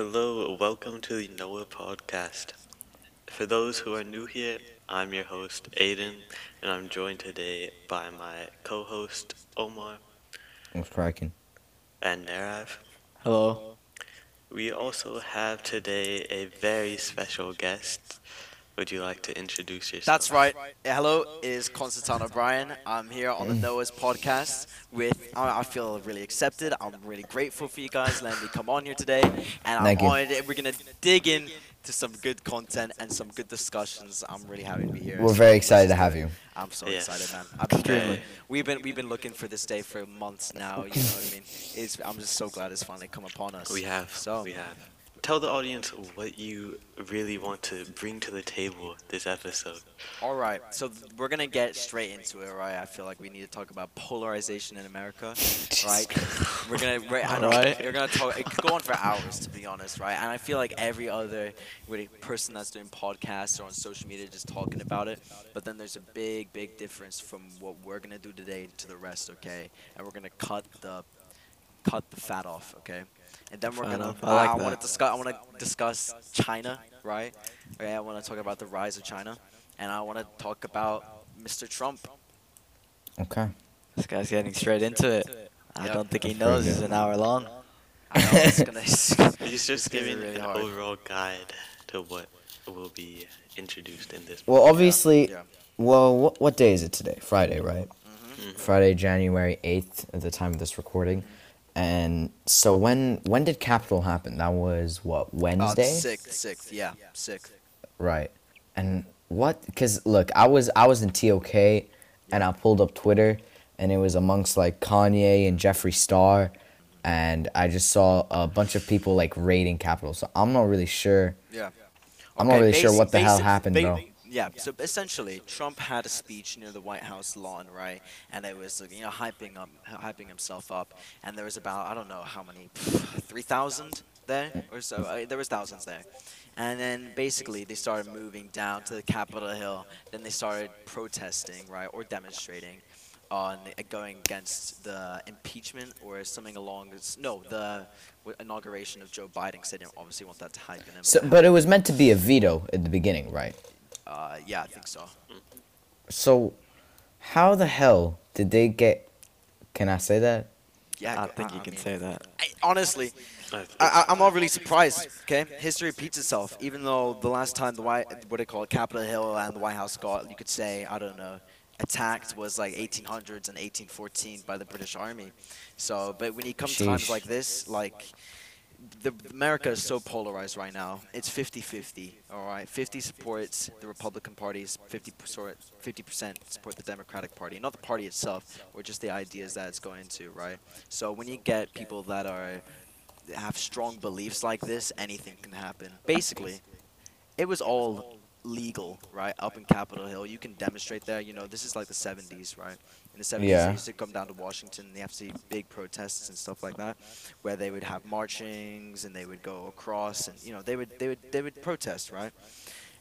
Hello, welcome to the NOAA podcast. For those who are new here, I'm your host, Aiden, and I'm joined today by my co host, Omar, What's cracking? and Narav. Hello. We also have today a very special guest. Would you like to introduce yourself? That's right. Hello, it is Constantine O'Brien. I'm here on the Mm. Noah's podcast with. I I feel really accepted. I'm really grateful for you guys letting me come on here today, and I'm Thank you. honored. We're gonna dig in to some good content and some good discussions. I'm really happy to be here. We're very excited to have you. I'm so Yes. excited, man. I've been Extremely. We've been we've been looking for this day for months now. You know what I mean? It's, I'm just so glad it's finally come upon us. We have. So- we have. Tell the audience what you really want to bring to the table this episode. All right, so th- we're gonna get straight into it, right? I feel like we need to talk about polarization in America, right? We're gonna, right, I know, Right. we're gonna talk. It could go on for hours, to be honest, right? And I feel like every other really person that's doing podcasts or on social media just talking about it, but then there's a big, big difference from what we're gonna do today to the rest, okay? And we're gonna cut the, cut the fat off, okay? And then we're Fat gonna. off, I like I that. want to discuss. I want to discuss China, right? Okay, I want to talk about the rise of China, and I want to talk about Mr. Trump. Okay. This guy's getting straight into it. I Yep. don't think he That's pretty knows it's good. an hour long. I know it's gonna. He's just gonna be giving really an hard. overall guide to what will be introduced in this. Well, obviously, Yeah. well, what, what day is it today? Friday, right? Mm-hmm. Mhm. Friday, January 8th at the time of this recording. And so when when did Capital happen? That was what, Uh, Wednesday? sixth, sixth, yeah, sixth. Right. And what cuz look, I was I was in TOK and I pulled up Twitter and it was amongst like Kanye and Jeffree Star and I just saw a bunch of people like raiding Capital. So I'm not really sure. Yeah. I'm not Okay, really sure basi- what the hell basi- happened ba- though. Yeah, so essentially, Trump had a speech near the White House lawn, right? And it was, you know, hyping up, hyping himself up. And there was about, I don't know how many, 3,000 there or so. Uh, there was thousands there. And then basically, they started moving down to the Capitol Hill. Then they started protesting, right, or demonstrating on uh, going against the impeachment or something along, no, the inauguration of Joe Biden. 'cause They didn't obviously want that to hype him. So, but it was meant to be a veto at the beginning, right? Uh, yeah, I think so. So, how the hell did they get? Can I say that? Yeah, I don't think you can mean, say that. I- honestly, I've- I, I- I'm not really surprised. Okay, history repeats itself. Even though the last time the White, what do you call it, Capitol Hill and the White House got, you could say, I don't know, attacked was like 1800s and 1814 by the British Army. So, but when you come to times Sheesh. like this, like the America is so polarized right now. It's 50-50. All right, 50 supports the Republican Party, 50 percent 50% support the Democratic Party, not the party itself, or just the ideas that it's going to. Right. So when you get people that are that have strong beliefs like this, anything can happen. Basically, it was all legal, right? Up in Capitol Hill, you can demonstrate there. You know, this is like the 70s, right? In the 70s, Yeah. they used to come down to Washington. They have to see big protests and stuff like that, where they would have marchings and they would go across, and you know, they would they would they would protest, right?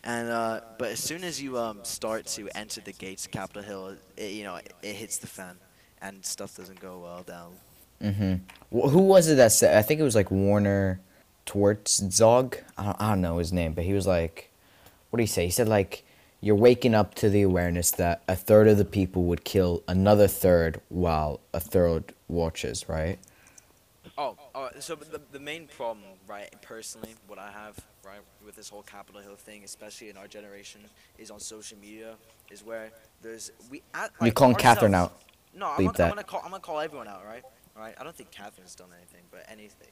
And uh, but as soon as you um, start to enter the gates of Capitol Hill, it, you know, it, it hits the fan, and stuff doesn't go well down. Mm-hmm. Wh- who was it that said? I think it was like Warner Twartzog. I don't, I don't know his name, but he was like, what did he say? He said like, you're waking up to the awareness that a third of the people would kill another third while a third watches, right? Oh, uh, so the, the main problem, right, personally, what I have, right, with this whole Capitol Hill thing, especially in our generation, is on social media, is where there's we. At, You're like, calling Catherine ourselves- out. No, I'm Bleep gonna, that. I'm gonna call. I'm gonna call everyone out, right? Right. I don't think Catherine's done anything, but anything.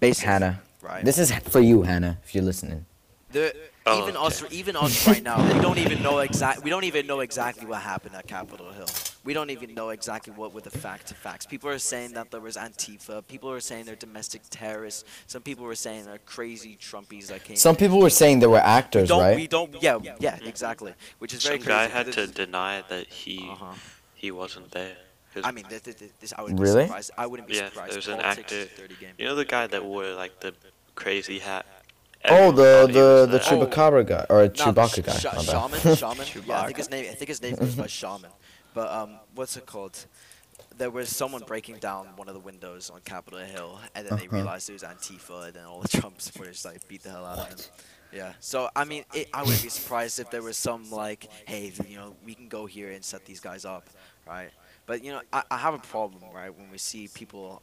Basically, Hannah. Right. This is for you, Hannah, if you're listening. The, Oh, even okay. us, even us right now, we don't even know exact. We don't even know exactly what happened at Capitol Hill. We don't even know exactly what were the fact to facts. People are saying that there was Antifa. People are saying they're domestic terrorists. Some people were saying they're crazy Trumpies that came. Some people were saying they were actors, don't. right? We don't. Yeah. Yeah. Exactly. Which is very Some guy crazy. had This to is- deny that he Uh-huh. he wasn't there. 'Cause I mean, this, this, this, I would Really? Be surprised. I wouldn't be Yeah, surprised. there's an Politics actor- is a dirty game. you know the guy that wore like the crazy hat. Oh, Everyone the thought he the was the there. Chewba- Chupacabra guy or No, Chewbacca sh- guy. sh- my bad. shaman, shaman. yeah, I think his name. I think his name goes by shaman. But um, what's it called? there was someone breaking down one of the windows on Capitol Hill, and then they Uh-huh. realized it was Antifa, and then all the Trump supporters like beat the hell out of him. Yeah. So I mean, it, I wouldn't be surprised if there was some like, hey, you know, we can go here and set these guys up, right? But you know, I, I have a problem, right, when we see people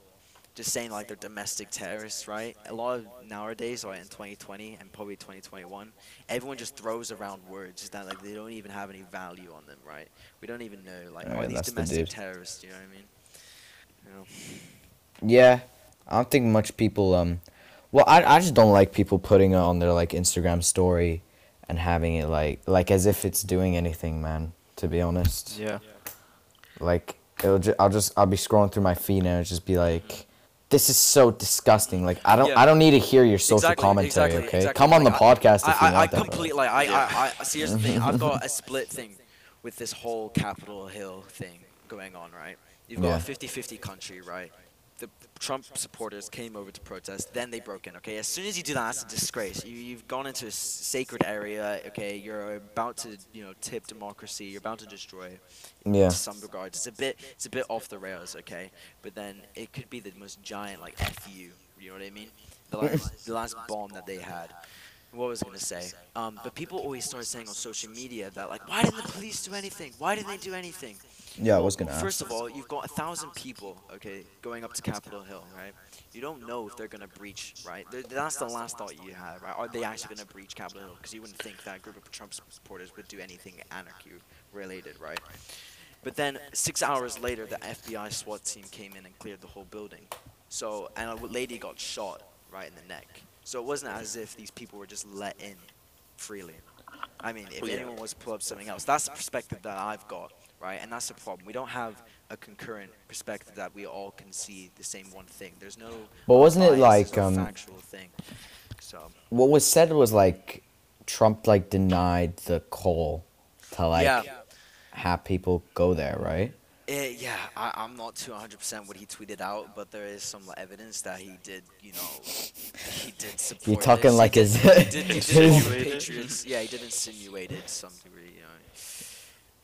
just saying like they're domestic terrorists, right? A lot of nowadays, right, in 2020 and probably 2021, everyone just throws around words that like they don't even have any value on them, right? We don't even know like Yeah, are these that's the domestic dude. terrorists? You know what I mean? You know? Yeah, I don't think much people. Um, well, I I just don't like people putting it on their like Instagram story, and having it like like as if it's doing anything, man. To be honest, Yeah. like it'll ju- I'll just I'll be scrolling through my feed and it'll just be like, this is so disgusting. Like I don't Yeah. I don't need to hear your social Exactly, commentary. exactly, okay, exactly. come on Like, the podcast I, if you I, I want that. bro. completely like I, Yeah. I, I see here's the thing. I've got a split thing with this whole Capitol Hill thing going on, right? You've got Yeah. a 50-50 country, right? The Trump supporters came over to protest, then they broke in. Okay, as soon as you do that, that's a disgrace. You, you've gone into a s- sacred area. Okay, you're about to, you know, tip democracy. You're about to destroy it yeah, to some regards. It's a bit it's a bit off the rails, okay? But then it could be the most giant like FU, you know what I mean? The last, the last bomb that they had. What was I gonna say? Um, but people always start saying on social media that like, why didn't the police do anything? Why didn't they do anything? yeah. I was Well, gonna First ask. of all, you've got a thousand people, okay, going up to Capitol Hill, right? You don't know if they're gonna breach, right? Th- That's the last thought you have, right? Are they actually gonna breach Capitol Hill? Because you wouldn't think that group of Trump supporters would do anything anarchy related, right? But then six hours later, the FBI SWAT team came in and cleared the whole building. So, and a lady got shot right in the neck. So it wasn't as if these people were just let in freely. I mean, if Yeah. anyone was to pull up something else, that's the perspective that I've got, right? And that's the problem. We don't have a concurrent perspective that we all can see the same one thing. There's no. But wasn't it biases like, or um, factual thing? So What was said was like, Trump like denied the call to like yeah, have people go there, right? Eh, yeah. I, I'm not too 100% what he tweeted out, but there is some evidence that he did, you know, he did support. You're talking this. like he his. did, he did, he did call the his- Insinuated? Patriots. Yeah, he did insinuate it to some degree, you know.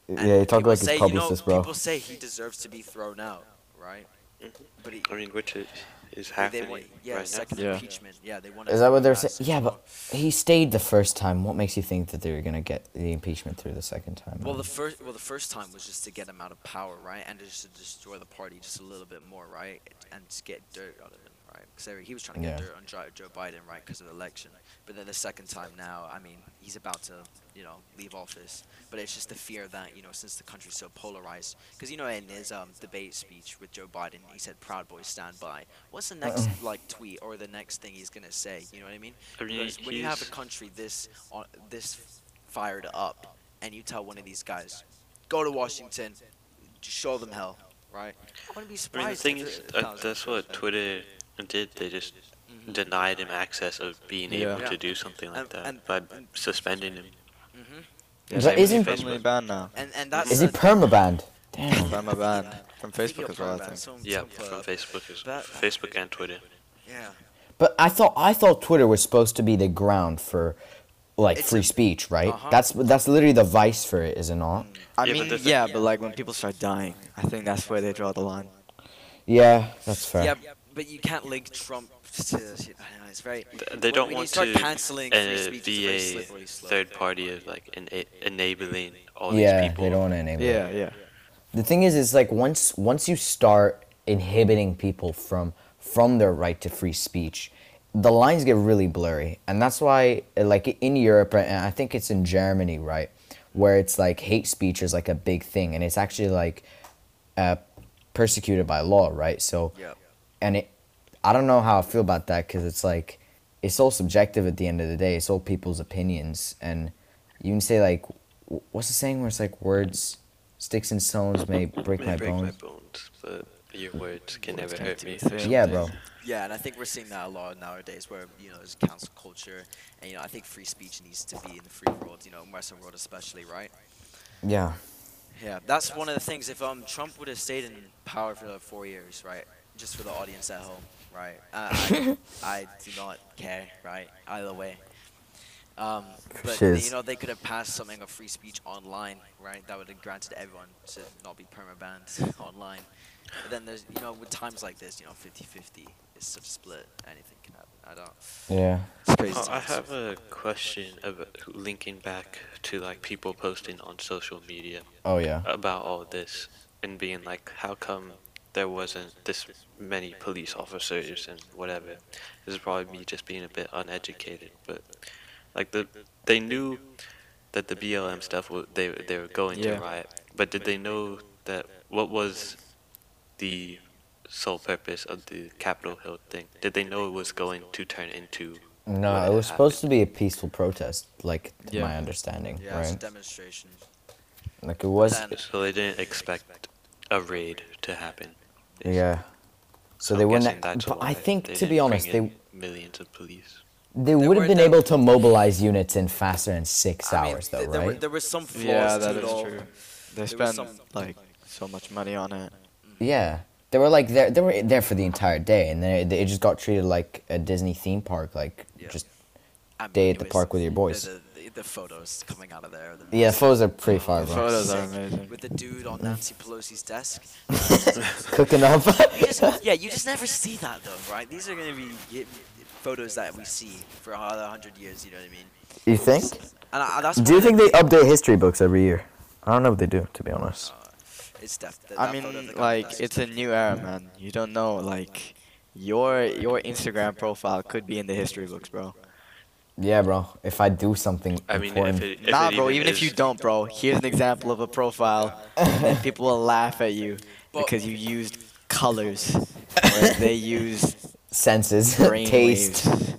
And yeah, you talk people like his say, you know, publicist, bro. People say he deserves to be thrown out, right? Mm-hmm. But he, Oh. I mean, which is, is they happening want, yeah, right second now. Yeah. impeachment. Yeah, they want. Is to that what they're pass saying? Yeah, it. but he stayed the first time. What makes you think that they're gonna get the impeachment through the second time? Well, the man? first well the first time was just to get him out of power, right, and just to destroy the party just a little bit more, right, and just get dirt out of him, right? Because he was trying to get Yeah. dirt on Jo- Joe Biden, right, because of the election. But then the second time now, I mean, he's about to, you know, leave office. But it's just the fear that you know, since the country's so polarized, because you know, in his um, debate speech with Joe Biden, he said, "Proud Boys stand by." What's the next like tweet or the next thing he's gonna say? You know what I mean? I mean, Because when you have a he's- country this on, this fired up, and you tell one of these guys, go to Washington, just show them hell, right? I wouldn't I be mean, the surprised. thing if is, it- uh, that's what Twitter did. They just denied him access of being Yeah. able Mm-hmm. Yeah. to do something like And- that and- by and- suspending him. But they- isn't- permanently banned now? Mm-hmm. And and that's is the- he permabanned? Damn. From a ban. From I think you're Facebook as well, I correct, think. someone- Yeah, someone put from up. Facebook, is, that- Facebook and Twitter. uh, Yeah. But I thought I thought Twitter was supposed to be the ground for like It's free a- speech, right? Uh-huh. That's that's literally the vice for it, is it not? I Yeah, but mean, the thing- yeah, but like when people start dying, I think that's where they draw the line. Yeah, that's fair. Yeah, but you can't link Trump to. I know, It's very. Th- when- They don't when you want start to canceling free uh, speech, it's be very a slippery slope. third party of like ena- enabling all yeah, these people. they don't want to enable. it. Yeah, yeah. the thing is is like once once you start inhibiting people from from their right to free speech the lines get really blurry and that's why uh, like in europe right, and i think it's in germany right where it's like hate speech is like a big thing and it's actually like uh, persecuted by law right so Yeah. and it i don't know how i feel about that because it's like it's all subjective at the end of the day it's all people's opinions and you can say like w- what's the saying where it's like words sticks and stones may break May my break bones my bones, but your words can Words never can't hurt do me. a thing. yeah bro Yeah, and I think we're seeing that a lot nowadays, where you know there's council culture, and you know I think free speech needs to be in the free world, you know, Western world especially, right? yeah Yeah, that's one of the things. If um Trump would have stayed in power for the four years, right? Just for the audience at home, right? Uh, I, I do not care, right? Either way. Um, but Shiz. you know they could have passed something of free speech online, right? That would have granted everyone to not be permabanned online. But then there's, you know, with times like this, you know, 50-50 is such a split. Anything can happen. I don't. Yeah. It's crazy. Oh, I have a question about linking back to like people posting on social media Oh yeah. about all this and being like, how come there wasn't this many police officers and whatever? This is probably me just being a bit uneducated, but like the they knew that the BLM stuff wa- they they were going Yeah. to riot, but did they know that what was the sole purpose of the Capitol Hill thing? Did they know it was going to turn into No, What it was happened? supposed to be a peaceful protest, like to Yeah. my understanding, Yeah, it's a right? demonstration. Like it was. Then- so they didn't expect a raid to happen? Yeah. So I'm they guessing wouldn't. that's But why I think, they to be didn't bring honest, they in millions of police. they would have were been dem- able to mobilize units in faster in six I mean, hours, th- though, there, were, right? there were some flaws yeah, to that it is all. true. They was spend some- like so much money on it. Yeah, they were like there. They were there for the entire day, and then it, it just got treated like a Disney theme park, like Yeah. just I mean, day at it the was- park with your the- boys. The, the, the photos coming out of there. The yeah. Photos are pretty far, The bro. photos are Sick. amazing. With the dude on Nancy Pelosi's desk. Cooking up. You just- yeah, you just never see that though, right? These are gonna be y- photos that we see for a hundred years. You know what I mean? you think? And I, that's Do you why- think they update history books every year? I don't know if they do, to be honest. It's def- that- I that photo of the mean, guy with like the it's a new era, man. You don't know, like your your Instagram profile could be in the history books, bro. Yeah, bro. If I do something I mean, important, if it, if nah, it bro. Even if is- you don't, bro. Here's an example of a profile that people will laugh at you But- because you used colors. or they used senses, brain taste. waves.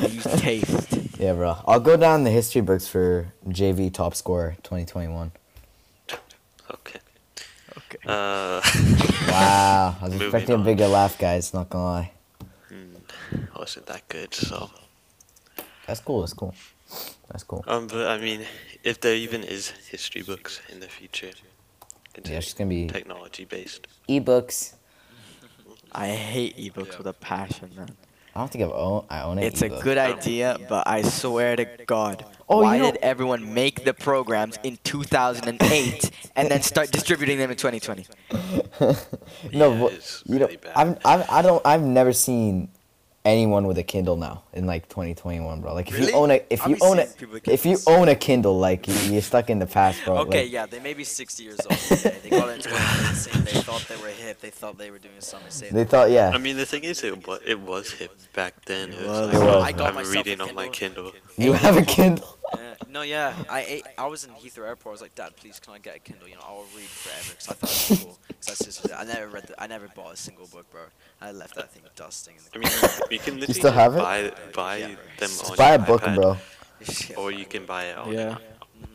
They used taste. Yeah, bro. I'll go down the history books for JV top scorer 2021. Okay. Okay. Uh, Wow, I was Moving expecting a on. bigger laugh, guys. Not gonna lie. Hmm, wasn't that good. So, That's cool. That's cool. That's cool. um, but I mean, if there even is history books in the future, Yeah, it's just gonna be technology based. ebooks. I hate ebooks Yeah. with a passion, man. I don't think I've own. I own it. It's a good idea, but I swear to God, Oh, why you know- did everyone make the programs in 2008 and then start distributing them in 2020? no, Yeah, but- it's you know, really bad. I've, I've, I don't. I've never seen anyone with a Kindle now in like 2021, bro. Like if Really? you own a, if I've you been own a, seeing people with if you Kindles. own a Kindle, like you- you're stuck in the past, bro. Okay, like- yeah, they may be 60 years old. Today. They got into it insane. They thought they were hip. They thought they were doing something. Say They thought, yeah. I mean, the thing is, it was it was hip back then. It was was. like, It was, I man. am reading on my Kindle. you have a Kindle. Uh, no, yeah, I ate, I was in Heathrow Airport. I was like, Dad, please, can I get a Kindle? You know, I'll read forever because I thought it was cool. 'Cause I, just- I never read, the, I never bought a single book, bro. I left that thing dusting. In I the mean, you can literally still just have it? buy buy Yeah. them Just on buy a your book, iPad, bro. Shit. mm. or you can buy it Oh, on. Yeah.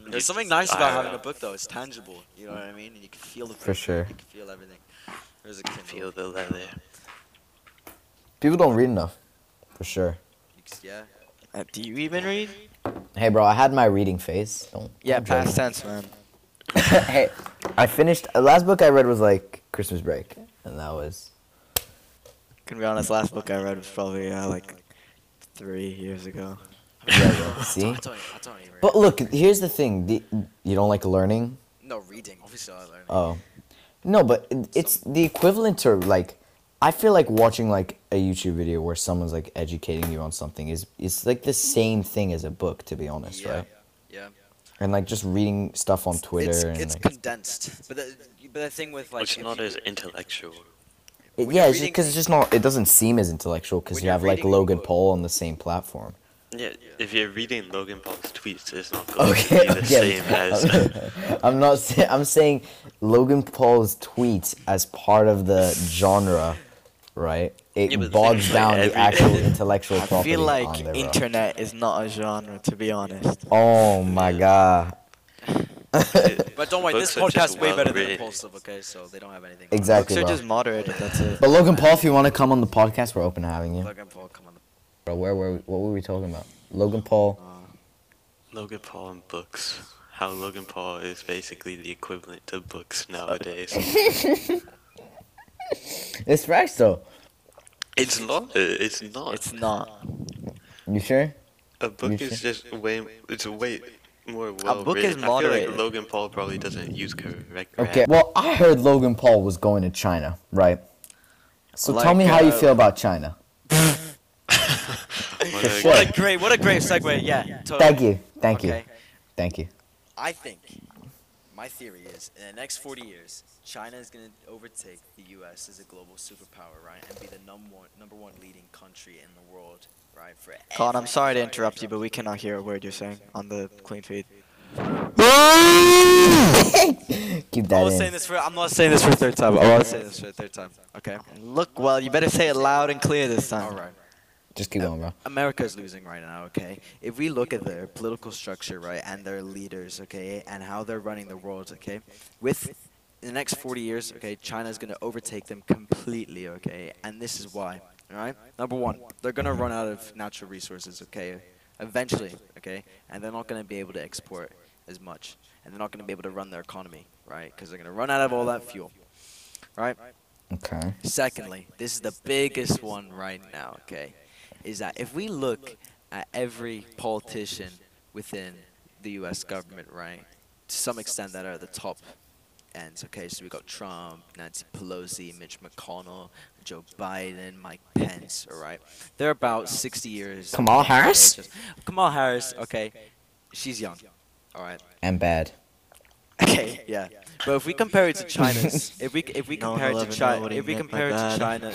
you There's something just nice buy about it having a on- book, though. It's tangible. You know what I mean? And you can feel the For paper, sure. You can feel everything. There's a Kindle. Feel the leather. People don't read enough, for sure. You can- yeah. Uh, do you even read? Hey, bro, I had my reading phase. Don't, Yeah, don't judge past tense, man. me. hey, I finished. The last book I read was like Christmas break, and that was. Can be honest, last book I read was probably uh, like three years ago. Yeah, bro, I see. don't, I don't, I don't even read. But look, here's the thing. The, you don't like learning. no, reading. Obviously, I learned. Oh, no, but it- it's the equivalent to like. I feel like watching like a YouTube video where someone's like educating you on something is it's like the same thing as a book, to be honest, yeah. right? Yeah. And like just reading stuff on Twitter It's, and it's like, condensed. But the, but the thing with, like. It's if not you- as intellectual. It- When yeah, you're it's just reading- because it's just not. It doesn't seem as intellectual because When you you're have like reading a Logan book- Paul on the same platform. Yeah, if you're reading Logan Paul's tweets, it's not going Okay, to be the okay. same as. I'm not. Say- I'm saying Logan Paul's tweets as part of the genre, right? It Yeah, but the thing bogs is, like, down every- the actual intellectual I property feel on like there, bro. internet is not a genre, to be honest. Oh my god! But don't worry, Books this are just podcast is way better than well-written. Impulsive, okay? So they don't have anything. on it. Exactly, Books are bro. just moderated. That's it. But Logan Paul, if you want to come on the podcast, we're open to having you. Logan Paul, come on. Bro, where were we? What were we talking about? Logan Paul. Logan Paul and books. How Logan Paul is basically the equivalent to books nowadays. It's facts though. it's not. It's not. It's not. You sure? a book you is just way. It's way more well book is written. I feel like moderate. Logan Paul probably doesn't use correct grammar. Okay. Well, I heard Logan Paul was going to China, right? So tell Like, me how you uh, feel about China. What a- What? What a great, what a great segue. Yeah, totally. Thank you. Thank you. Okay. Thank you. I think my theory is in the next 40 years, China is going to overtake the U.S. as a global superpower, right, and be the number one, number one leading country in the world, right? For Colin, I'm everything. sorry to interrupt you, but we cannot hear a word you're saying on the clean feed. Keep I that was in. saying this for. I'm not saying this for a third time. oh, I was saying this for a third time. Okay. Look, well, you better say it loud and clear this time. All right. Just keep going, bro. America's losing right now, okay? If we look at their political structure, right, and their leaders, okay, and how they're running the world, okay, with in the next 40 years, okay, China's going to overtake them completely, okay? And this is why, all right? Number one, they're going to run out of natural resources, okay, eventually, okay? And they're not going to be able to export as much, and they're not going to be able to run their economy, right? Because they're going to run out of all that fuel, right? Okay. Secondly, this is the biggest one right now, okay? Is that if we look at every politician within the US government, right? To some extent, that are at the top ends, okay? So we got Trump, Nancy Pelosi, Mitch McConnell, Joe Biden, Mike Pence, all right? They're about 60 years. Kamala Harris? Ages. Kamala Harris, okay? She's young, all right? And bad. Okay, yeah. But if we compare it to China's, if we if we No one compare will it to ever know China, what he if we meant by compare it to that. China,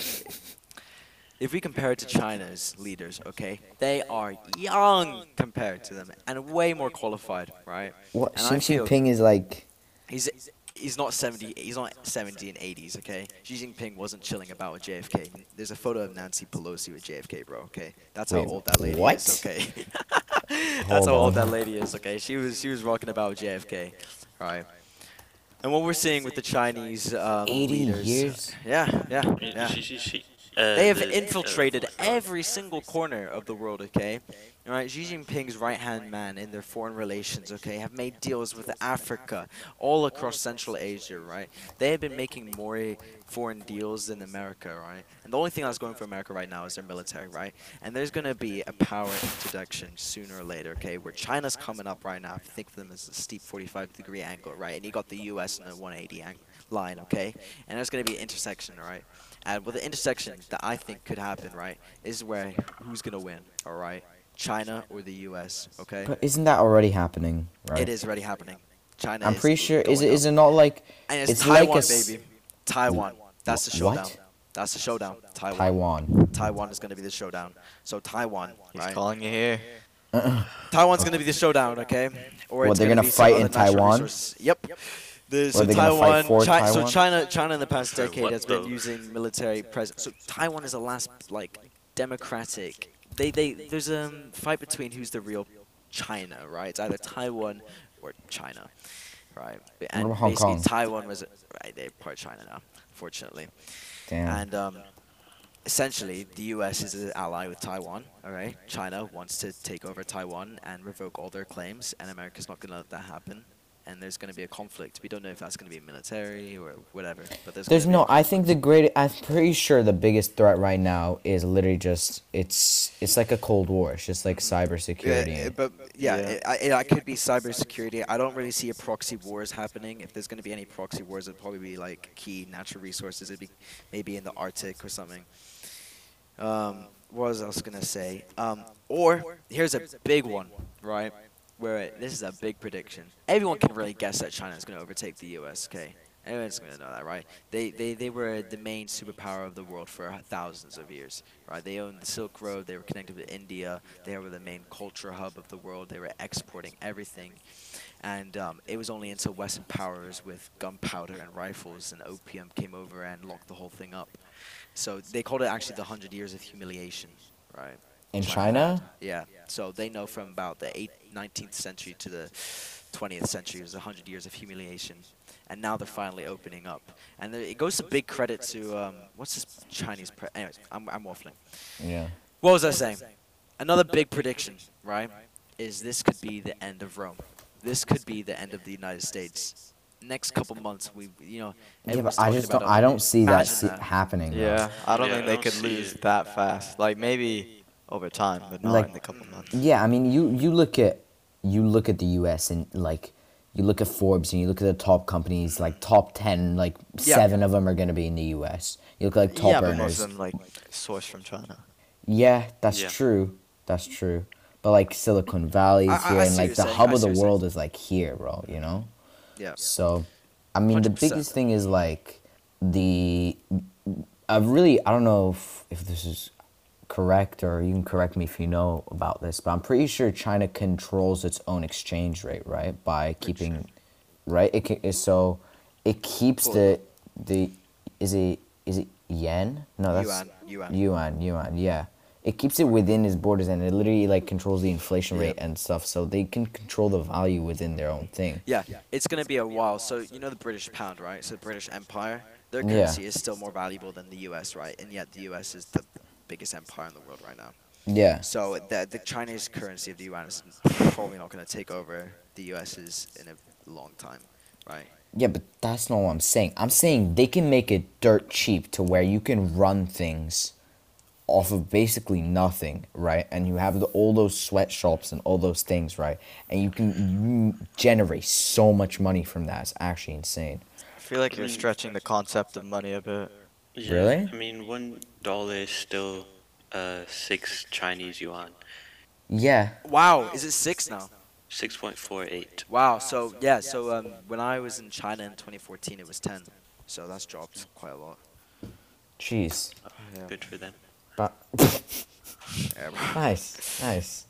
if we compare it to China's leaders, okay, they are young compared to them and way more qualified, right? What? And I Xi feel- Jinping is like. He's he's not 70. He's not 70 and 80s. Okay. Xi Jinping wasn't chilling about with JFK. There's a photo of Nancy Pelosi with JFK, bro. Okay. That's how Wait, old that lady is. what? Okay. Hold That's how on. old that lady is. Okay. She was she was rocking about with JFK. All right. And what we're seeing with the Chinese um, 80 leaders, years? yeah, yeah, She- yeah. she- she- she- uh, They have the- infiltrated every single corner of the world, okay? All right, Xi Jinping's right hand man in their foreign relations, okay, have made deals with Africa, all across Central Asia, right? They have been making more foreign deals than America, right? And the only thing that's going for America right now is their military, right? And there's going to be a power introduction sooner or later, okay, where China's coming up right now. If you think of them as a steep 45 degree angle, right? And you got the US in a 180 ang- line, okay? And there's going to be an intersection, all right? And well, the intersection that I think could happen, right, is where who's gonna win, all right? China or the U.S. Okay, But isn't that already happening? Right. uh, it is already happening. China. I'm is pretty sure. Is going it? up. Is it not like And it's, it's like Taiwan, a s- baby. Taiwan. That's the What? showdown. That's the showdown. Taiwan. Taiwan. Taiwan? is gonna be the showdown. So Taiwan, He's right? calling you here. Taiwan's gonna be the showdown, okay? Or What, it's they're gonna gonna be some fight other in natural Taiwan? resource. Yep. The, so they're gonna fight Taiwan, for Chi- so Taiwan? China, China in the past For decade what has been though? using military presence. So Taiwan is the last like democratic. They, they, there's a fight between who's the real China, right? It's either Taiwan or China, right? And about Hong basically Kong? Taiwan was right. They're part China now, fortunately. Damn. And um, essentially, the U.S. is an ally with Taiwan. All right, China wants to take over Taiwan and revoke all their claims, and America's not going to let that happen. And there's going to be a conflict. We don't know if that's going to be military or whatever. But there's, There's gonna no. Be, I think the great. I'm pretty sure the biggest threat right now is literally just. It's. It's like a cold war. It's just like cybersecurity. Yeah, and- Uh, but yeah, Yeah. It, I, it, I could be cybersecurity. I don't really see a proxy wars happening. If there's going to be any proxy wars, it'd probably be like key natural resources. It'd be maybe in the Arctic or something. Um, what was I was gonna say? Um, or here's a big one, right? Where this is a big prediction. Everyone can really guess that China is gonna overtake the U.S. Okay, everyone's gonna know that, right? They they they were the main superpower of the world for thousands of years, right? They owned the Silk Road. They were connected with India. They were the main culture hub of the world. They were exporting everything. And um, it was only until Western powers with gunpowder and rifles and opium came over and locked the whole thing up. So they called it actually the 100 years of humiliation, right? in China. Yeah. So they know from about the eight, 19th century to the 20th century was 100 years of humiliation. And now they're finally opening up. And there- it goes to big credit to, um, what's this Chinese? Pre- Anyways, I'm, I'm waffling. Yeah. What was I saying? Another big prediction, right, is this could be the end of Rome. This could be the end of the United States. Next couple months, we, you know, Yeah, everyone's but I talking just don't. about I it. don't see that, Imagine se- happening. bro. Yeah, I don't Yeah, think I they don't could see lose it. that fast. Like maybe over time, but not Like- in a couple months. Yeah, I mean, you you look at you look at the U.S. and like you look at Forbes and you look at the top companies, like top ten, like Yeah. seven of them are going to be in the U.S. You look at like top yeah, but most earners. of them like sourced from China. Yeah, that's Yeah. true. That's true. But like Silicon Valley I- is I- here, I and see like what the you're saying, hub I of see the what you're world is like here, bro. You know. Yeah. So, I mean, the 100%. biggest thing is like the. I really I don't know if, if this is correct or you can correct me if you know about this, but I'm pretty sure China controls its own exchange rate, right? By keeping, right? It, ca- it so it keeps Cool. the the is it is it yen? No, that's Yuan, yuan. yuan yuan yeah. It keeps it within its borders and it literally like controls the inflation Yeah. rate and stuff, so they can control the value within their own thing. Yeah, it's going to be a while. So, you know the British pound, right? So, the British Empire, their Yeah. currency is still more valuable than the US, right? And yet, the US is the biggest empire in the world right now. Yeah. So, the, the Chinese currency of the yuan is probably not going to take over the US's in a long time, right? Yeah, but that's not what I'm saying. I'm saying they can make it dirt cheap to where you can run things off of basically nothing, right? And you have the, all those sweatshops and all those things, right? And you can you generate so much money from that. It's actually insane. I feel like you're stretching the concept of money a bit. Yeah, Really? I mean, one dollar is still uh, six Chinese yuan, Yeah. Wow, is it six now? six point four eight. Wow, so, yeah, so um, when I was in China in 2014, it was 10. So, that's dropped quite a lot. Jeez. Good for them. But Yeah, nice, nice.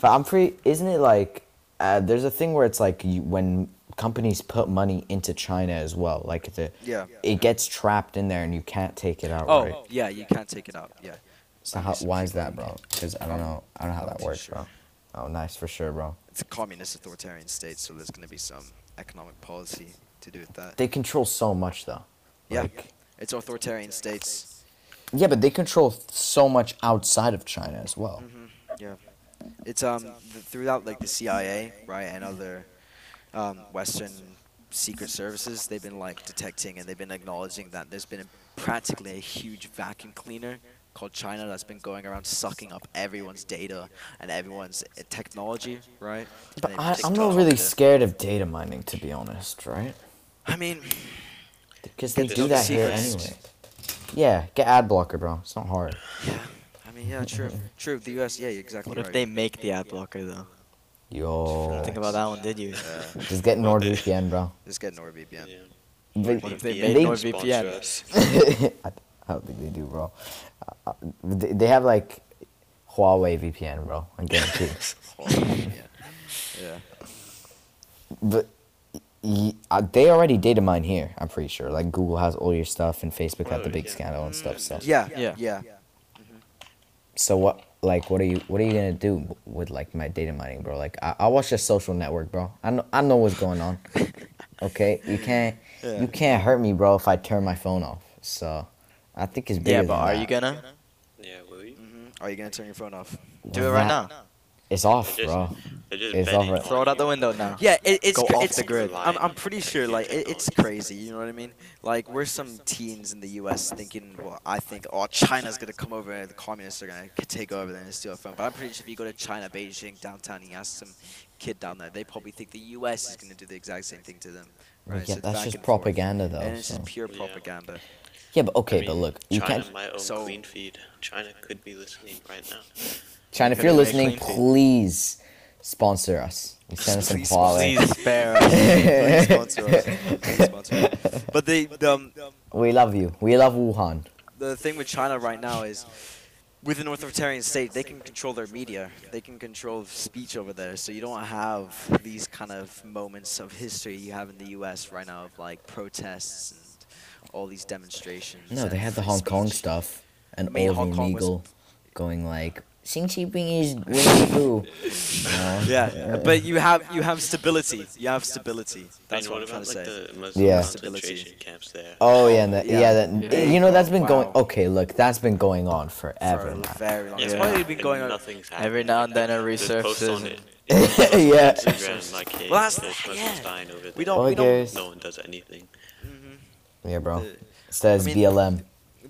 But I'm pretty. Isn't it like uh, there's a thing where it's like you, when companies put money into China as well, like the Yeah. it gets trapped in there and you can't take it out. right? Oh, yeah, you can't take it out. Yeah. So how, why is that, bro? Because I don't know. I don't know how that works, bro. Oh, nice for sure, bro. it's a communist authoritarian state, so there's going to be some economic policy to do with that. They control so much, though. yeah, it's authoritarian states. Yeah, but they control so much outside of China as well. Mm. Mm-hmm. It's um th- throughout like the CIA, right, and other um, Western secret services. They've been like detecting and they've been acknowledging that there's been a, practically a huge vacuum cleaner called China that's been going around sucking up everyone's data and everyone's uh, technology, right? And But they've I, just I'm gone not really to- scared of data mining, to be honest, right? I mean, Because they Get do the that here secrets. anyway. Yeah, get ad blocker, bro. It's not hard. yeah, I mean, yeah, true, true. The U.S., yeah, you're exactly. What right. if they make the ad blocker though? Yo, Think about that one, did you? just get NordVPN, bro. Just get NordVPN. Yeah. But- What if they VPN. made They- NordVPN? I, I don't think they do, bro. Uh, uh, they, they have like Huawei VPN, bro. I guarantee. yeah. yeah. But y- uh, they already data mine here. I'm pretty sure. Like Google has all your stuff, and Facebook had the Oh, big yeah. scandal and stuff. So, Yeah. Yeah. Yeah. so what? Like, what are you? What are you gonna do with like my data mining, bro? Like, I, I watch the social network, bro. I know. I know what's going on. okay, you can't. You can't hurt me, bro. If I turn my phone off. So, I think it's bigger Yeah, than but are you that. gonna Yeah, will you? Mm-hmm. Are you gonna turn your phone off? do Well, it right that- now? It's off, Just- bro. They're just It's betting over. on Throw it out the you. window now. Yeah, it, it's Go cra- off it's the grid. I'm, I'm pretty sure like it, it's crazy. You know what I mean? Like we're some teens in the U.S. thinking, well, I think, oh, China's gonna come over and the communists are gonna k- take over and steal our phone. But I'm pretty sure if you go to China, Beijing, downtown, and you ask some kid down there, they probably think the U.S. is gonna do the exact same thing to them. Right? yeah, So it's that's back just and forth. propaganda, though. And it's so- just pure Yeah. propaganda. Yeah, but okay, I mean, but look, you China can't. might own so- clean feed. China could be listening right now. China, if Could you're we make listening, clean feed? please sponsor us. You send us some Please Huawei. Please spare us. Please sponsor us. Please sponsor us. But the, the um, We love you. We love Wuhan. the thing with China right now is with an authoritarian state, they can control their media. They can control speech over there. So you don't have these kind of moments of history you have in the U.S. right now of like protests and all these demonstrations. No, and they had the free Hong Kong speech. stuff and I mean, all Hong the Kong was- illegal going like Xing Jinping is winning too. You know? Yeah, but you have you have stability. You have stability. That's I mean, what I'm what about trying to like say. the Muslim Yeah. concentration camps there? Oh yeah, and that, yeah, Yeah. that, Yeah. you know that's been going. Wow. Okay, look, that's been going on For forever. a man. very long. Yeah, It's probably been and going on. nothing's happening. Every now and then it There's posts on resurfaces. it. and- yeah, Instagram, like, hey, Well, that's- there's Muslims yeah. dying over there. We don't. Oh, we don't. guys. No one does anything. yeah, bro. Mm-hmm. The- It says I mean, BLM.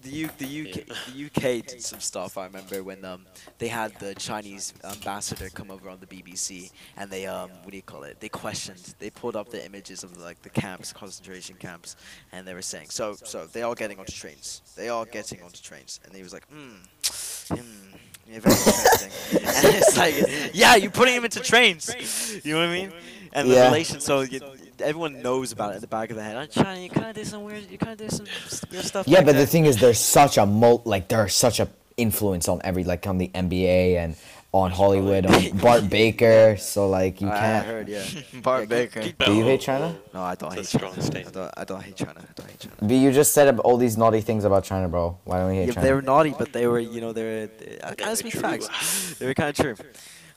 the, U- the UK the UK did some stuff. I remember when um, they had the Chinese ambassador come over on the BBC, and they um, what do you call it? They questioned. They pulled up the images of like the camps, concentration camps, and they were saying, so so they are getting onto trains. They are getting onto trains, and he was like, hmm, hmm. Yeah, very interesting. and it's like, yeah, you're putting him into trains. You know what I mean? And the Yeah. relation, so you, everyone knows about it in the back of their head. "Oh, China, you kind of did some weird, you kind of did some s- weird stuff. Yeah, like but the that." thing is, there's such a mul- like there's such a influence on every like on the NBA and on Hollywood on Bart Baker. So like you I- I can't. heard, yeah. Bart Yeah, keep- Baker. keep- Do you hate China? No, I don't hate That's a China. strong I statement. don't, I don't hate China. I don't hate China. But you just said ab- all these naughty things about China, bro. Why don't we hate Yeah, China? they were naughty, but they were, you know, they were. They, uh, Yeah, ask me true. facts. they were kind of true.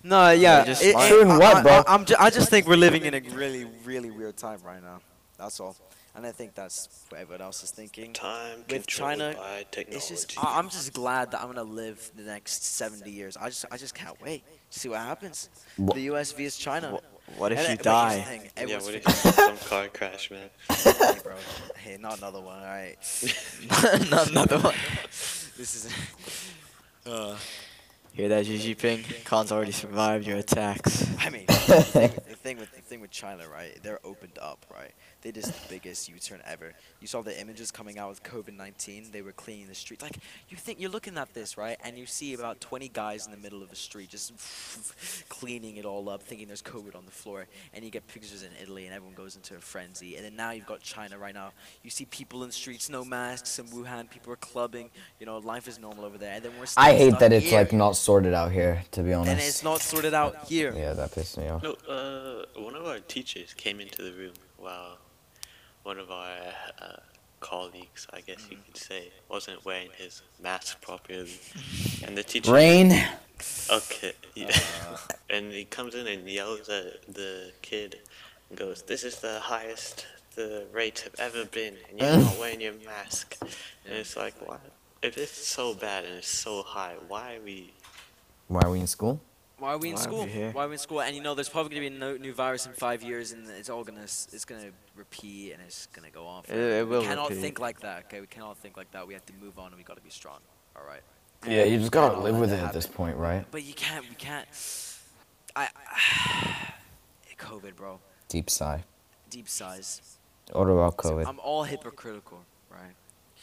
No, yeah. just it- smart. it- True in I- what, I, bro? I, am ju- I just think we're living in a really, really weird time right now. That's all. And I think that's what everyone else is thinking. Time With controlled China, by It's just technology. I, I'm just glad that I'm gonna live the next 70 years. I just I just can't wait to see what happens. Wha- The U.S. vs. China. What if And you it- but here's the die? thing, yeah, everyone's what freaking- if some car crash, man? hey, bro. Hey, not another one. All right. Not another one. This is. Uh, Hear that, Xi Jinping? Khan's already survived your attacks. I mean, the thing, the thing with the thing with China, right? They're opened up, right? They did the biggest U-turn ever. You saw the images coming out with COVID-19. They were cleaning the street. Like you think you're looking at this, right? And you see about 20 guys in the middle of the street just cleaning it all up, thinking there's COVID on the floor. And you get pictures in Italy, and everyone goes into a frenzy. And then now you've got China right now. You see people in the streets, no masks, in Wuhan. People are clubbing. You know, life is normal over there. And then we're. Still I hate stuck that it's here. like not sorted out here. To be honest. And it's not sorted out here. Yeah, that pissed me off. No, uh, one of our teachers came into the room while one of our uh, colleagues, I guess you could say, wasn't wearing his mask properly, and the teacher. Rain. Okay. Yeah. and he comes in and yells at the kid, and goes, "This is the highest the rates have ever been, and you're not wearing your mask." And it's like, why? If it's so bad and it's so high, why are we? Why are we in school? Why are we in Why are we school? here? Why are we in school? And you know, there's probably gonna be a no, new virus in five years, and it's all gonna s- it's gonna repeat, and it's gonna go on. It, forever. it will we cannot repeat. think like that. Okay, we cannot think like that. We have to move on, and we gotta be strong. All right. Yeah, you just gotta live let with that it at this happen. point, right? But you can't. You can't. I. COVID, bro. Deep sigh. Deep sighs. What about So COVID? I'm all hypocritical, right?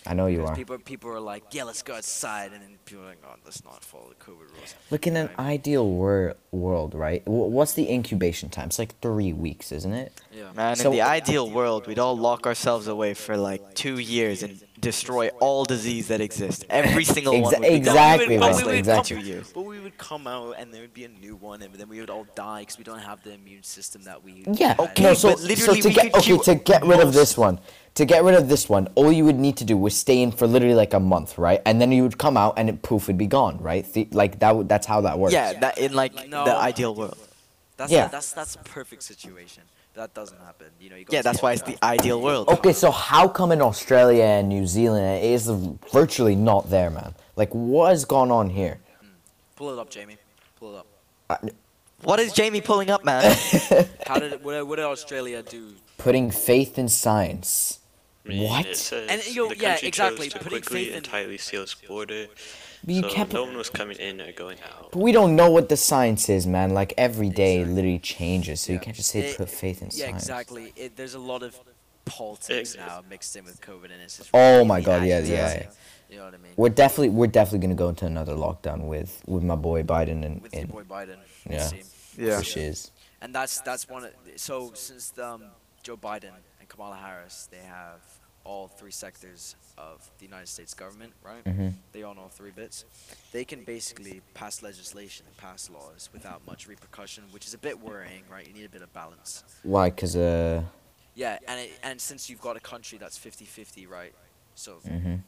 I know you Because are. people people are like, yeah, let's go outside, and then people are like, oh, let's not follow the COVID rules. Look, in an Right. ideal wor- world, right? W- what's the incubation time? It's like three weeks, isn't it? Yeah. Man, So- in the ideal world, we'd all lock ourselves away for like two years and destroy all disease that exists. Every single one. Exa- Would be exact- done. Exactly, but Oh, we Wesley, would exactly. come- Two years. But we would come out and there would be a new one, and then we would all die because we don't have the immune system that we. Yeah. had. no, Okay, so, but literally so to we get could okay cure to get rid of this one, to get rid of this one, all you would need to do was stay in for literally like a month, right? And then you would come out, and it poof would be gone, right? The, like that. Would, that's how that works. Yeah, that in like No. the ideal world. That's Yeah. that's that's a perfect situation. That doesn't happen. You know. You go Yeah, to that's why it's the lockdown. ideal world. Okay, so how come in Australia and New Zealand it is virtually not there, man? Like, what has gone on here? Pull it up, Jamie. Pull it up. What is Jamie pulling up, man? How did what, did- what did Australia do? Putting faith in science. I mean, What? It says And, yo, the yeah, country exactly, chose to putting quickly faith and in- tightly seal its border, But you so can't. no put- one was coming in or going out. But we don't know what the science is, man. Like every day Exactly. literally changes, so you Yeah. can't just say It- put faith in Yeah, science. exactly. It, there's a lot of politics Ex- now mixed in with COVID, and it's just. Oh my really God, yeah, yeah, agitating. You know what I mean? We're definitely we're definitely gonna go into another lockdown with with my boy Biden and, With your and boy Biden. you yeah. see. yeah. which is And that's that's one. Of, so since um, Joe Biden and Kamala Harris, they have all three sectors of the United States government, right? Mhm. They own all three bits. They can basically pass legislation and pass laws without much repercussion, which is a bit worrying, right? You need a bit of balance. why? Cause uh, Yeah, and it, and since you've got a country that's 50-50, right? So mhm.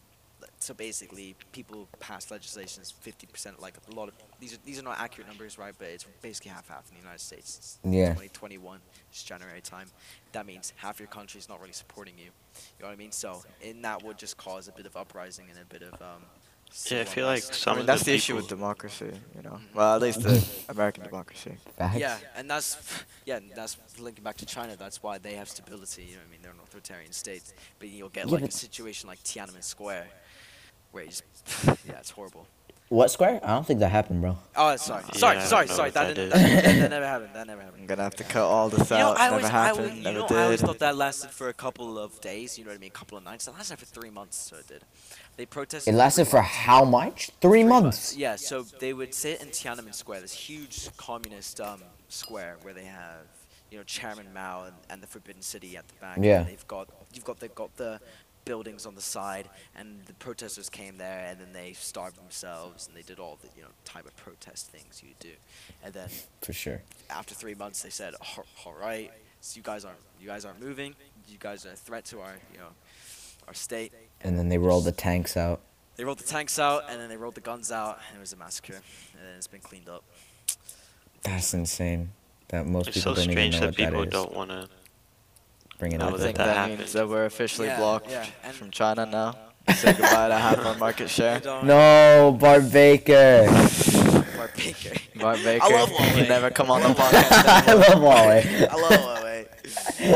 so basically people pass legislations 50% like a lot of these are, these are not accurate numbers right but it's basically half half in the united states It's Yeah. 2021 it's january time that means half your country is not really supporting you you know what i mean so and that would just cause a bit of uprising and a bit of um Yeah, I civil feel like unrest. some I mean, of that's the, the issue people, with democracy, you know. Well, at least the American democracy. facts. yeah and that's yeah and that's linking back to china that's why they have stability you know what i mean they're an authoritarian state but you'll get Yeah, like but- a situation like tiananmen square where he's yeah, it's horrible. What square? I don't think that happened, bro. Oh, sorry, sorry, Yeah, I don't sorry, know sorry. what That, that didn't, is. that, that never happened. That never happened. I'm gonna have to cut all this You know, out. I always, never I always- happened. you Never know, I always did. thought that lasted for a couple of days. You know what I mean? A couple of nights. It lasted for three months, so it did. They protested. It lasted for how much? Three months. Yeah, so they would sit in Tiananmen Square, this huge communist um, square where they have, you know, Chairman Mao and, and the Forbidden City at the back. and Yeah. They've got, you've got, they've got the buildings on the side, and the protesters came there, and then they starved themselves, and they did all the, you know, type of protest things you do, and then For sure. after three months they said "Al- all right so you guys aren't you guys aren't moving you guys are a threat to our you know our state And then they rolled the tanks out. they rolled the tanks out and then they rolled the guns out and it was a massacre and then it's been cleaned up That's insane. That most It's people so don't even strange know that what that people is. don't want to. Bring it know I up. that think that that, happened. means that we're officially Yeah, blocked yeah, and- from China now. Say goodbye to half our market share. No, Bart Baker. Mark Baker. Mark Baker, I love you Huawei. never come on the podcast. I love Oh, Huawei. I love Huawei.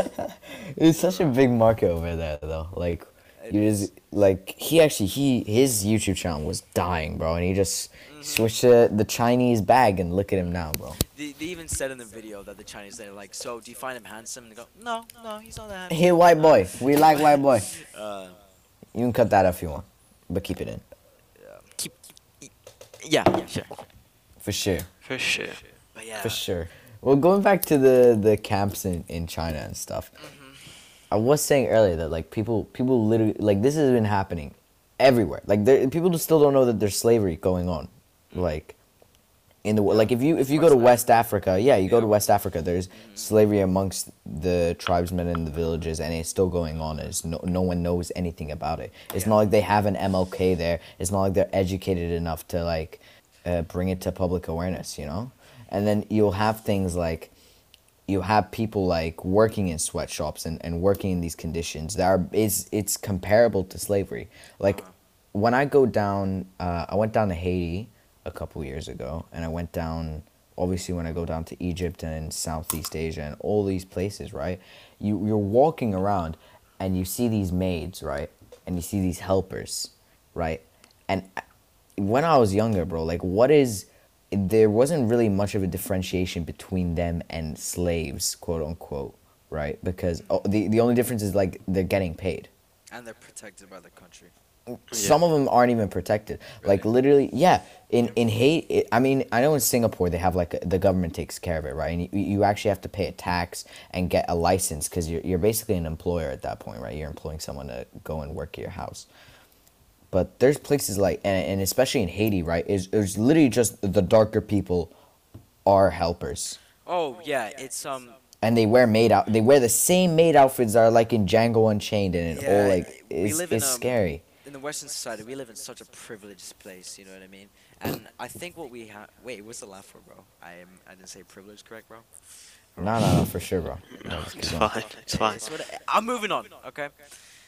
It's such a big market over there, though. Like, It you just like he actually he his YouTube channel was dying, bro, and he just Mm. switched to the Chinese bag and look at him now, bro. They, they even said in the video that the Chinese they're like, so do you find him handsome? And they go, no, no, he's not that handsome. Hey, white boy, we like white boy. Uh, You can cut that if you want, but keep it in Keep, yeah, yeah, sure. for sure, For sure. Uh, but yeah, for sure. Well, going back to the the camps in in China and stuff, I was saying earlier that like people people literally like this has been happening everywhere. Like there, people just still don't know that there's slavery going on, like in the wo- like if you if you go to West Africa, yeah, you go to West Africa. There's slavery amongst the tribesmen and the villages, and it's still going on. and It's no no one knows anything about it. It's not like they have an MLK there. It's not like they're educated enough to like uh, bring it to public awareness. You know, and then you'll have things like you have people like working in sweatshops and, and working in these conditions that are is it's comparable to slavery like when i go down uh, i went down to haiti a couple years ago and i went down obviously when i go down to egypt and southeast asia and all these places right you, you're walking around and you see these maids right and you see these helpers right and I- when I was younger, bro, like what is there wasn't really much of a differentiation between them and slaves, quote unquote, right? Because oh, the the only difference is like they're getting paid. and they're protected by the country. Some of them aren't even protected. Like Really? literally, yeah. In in Haiti, I mean, I know in Singapore they have like the government takes care of it, right? And you, you actually have to pay a tax and get a license because you're you're basically an employer at that point, right? You're employing someone to go and work at your house. But there's places like and, and especially in Haiti, right? Is it's literally just the darker people are helpers Oh yeah, it's um, and they wear made out. They wear the same made outfits that are like in Django Unchained and in all Yeah, like we it's, live in, it's um, scary. in the Western society, we live in such a privileged place. You know what I mean? And I think what we have. Wait, what's the laugh for, bro? I am. I didn't say privileged, correct, bro? No, no, no, for sure, bro. No, it's keep going. fine. It's fine. It's what I, am moving on. Okay.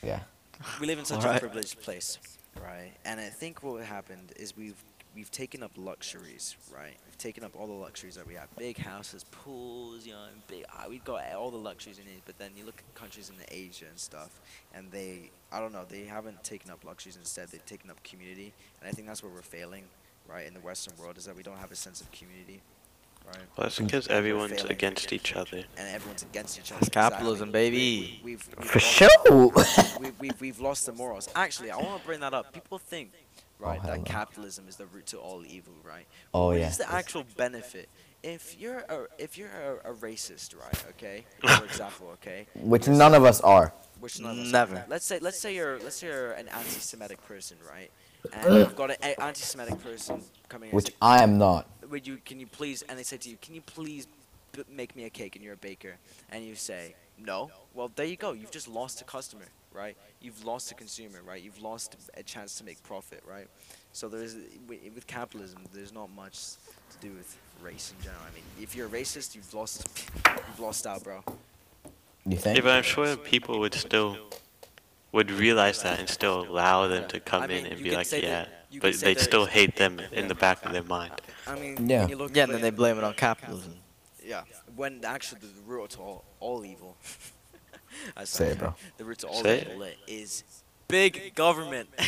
Yeah. We live in such a Alright. privileged place, right? And I think what happened is we've we've taken up luxuries, right? We've taken up all the luxuries that we have: big houses, pools, you know, and big. ah, We've got all the luxuries we need. But then you look at countries in Asia and stuff, and they, I don't know, they haven't taken up luxuries. Instead, they've taken up community, and I think that's where we're failing, right? In the Western world, is that we don't have a sense of community, right? Well, it's because everyone's against each other. and everyone's against each other. That's capitalism, exactly. baby. We, have For sure. We've, we've, we've lost the morals. Actually, I want to bring that up. People think, right, hell that no. capitalism is the root to all evil, right? Oh, What yeah. is the actual benefit? If you're a, if you're a, a racist, right? Okay, for example, okay, Which none of us are. which none of us are. Never. Let's say let's say you're let's say you're an anti-Semitic person, right? And you've got an a- anti-Semitic person coming. in and Which say, I am not. would you can you please and they say to you can you please b- make me a cake and you're a baker and you say no well there you go you've just lost a customer right you've lost a consumer right you've lost a chance to make profit right so there's wi- with capitalism there's not much to do with race in general i mean if you're a racist you've lost you've lost out bro Yeah, You think? but I'm sure people would still would realize that and still allow them to come I mean, in and you be could like, say yeah, that- you could but say they'd that- still hate them in the back of their mind. i mean Yeah. when you look Yeah, at and then they blame it on capitalism. yeah when actually the root to all, all evil I Say it, sorry. bro. the root to all Say it. evil is big government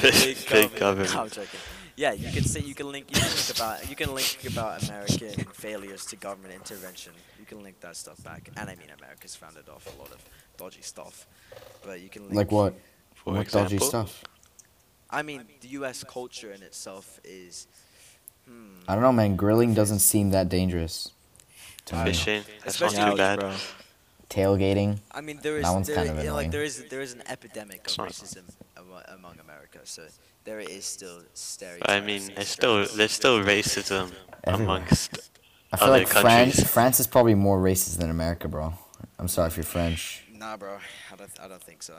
Big, big government. No, I'm joking. Yeah, you can say you can link you can link about you can link about American failures to government intervention. You can link that stuff back, and I mean America's founded off a lot of dodgy stuff, but you can link, Like what? For what example, dodgy stuff? I mean, the U.S. culture in itself is. Hmm, I don't know, man. Grilling doesn't seem that dangerous. To me. fishing. That's Especially not too nowadays, bad. bro. Tailgating. I mean, there is That one's there, kind of you know, annoying. like there is there is an epidemic of It's not- racism amo- among America, so there is still But stereotypes. I mean, there's still there's still racism Everywhere. amongst. I feel Other like France. countries. France is probably more racist than America, bro. I'm sorry if you're French. Nah, bro, I don't, I don't think so.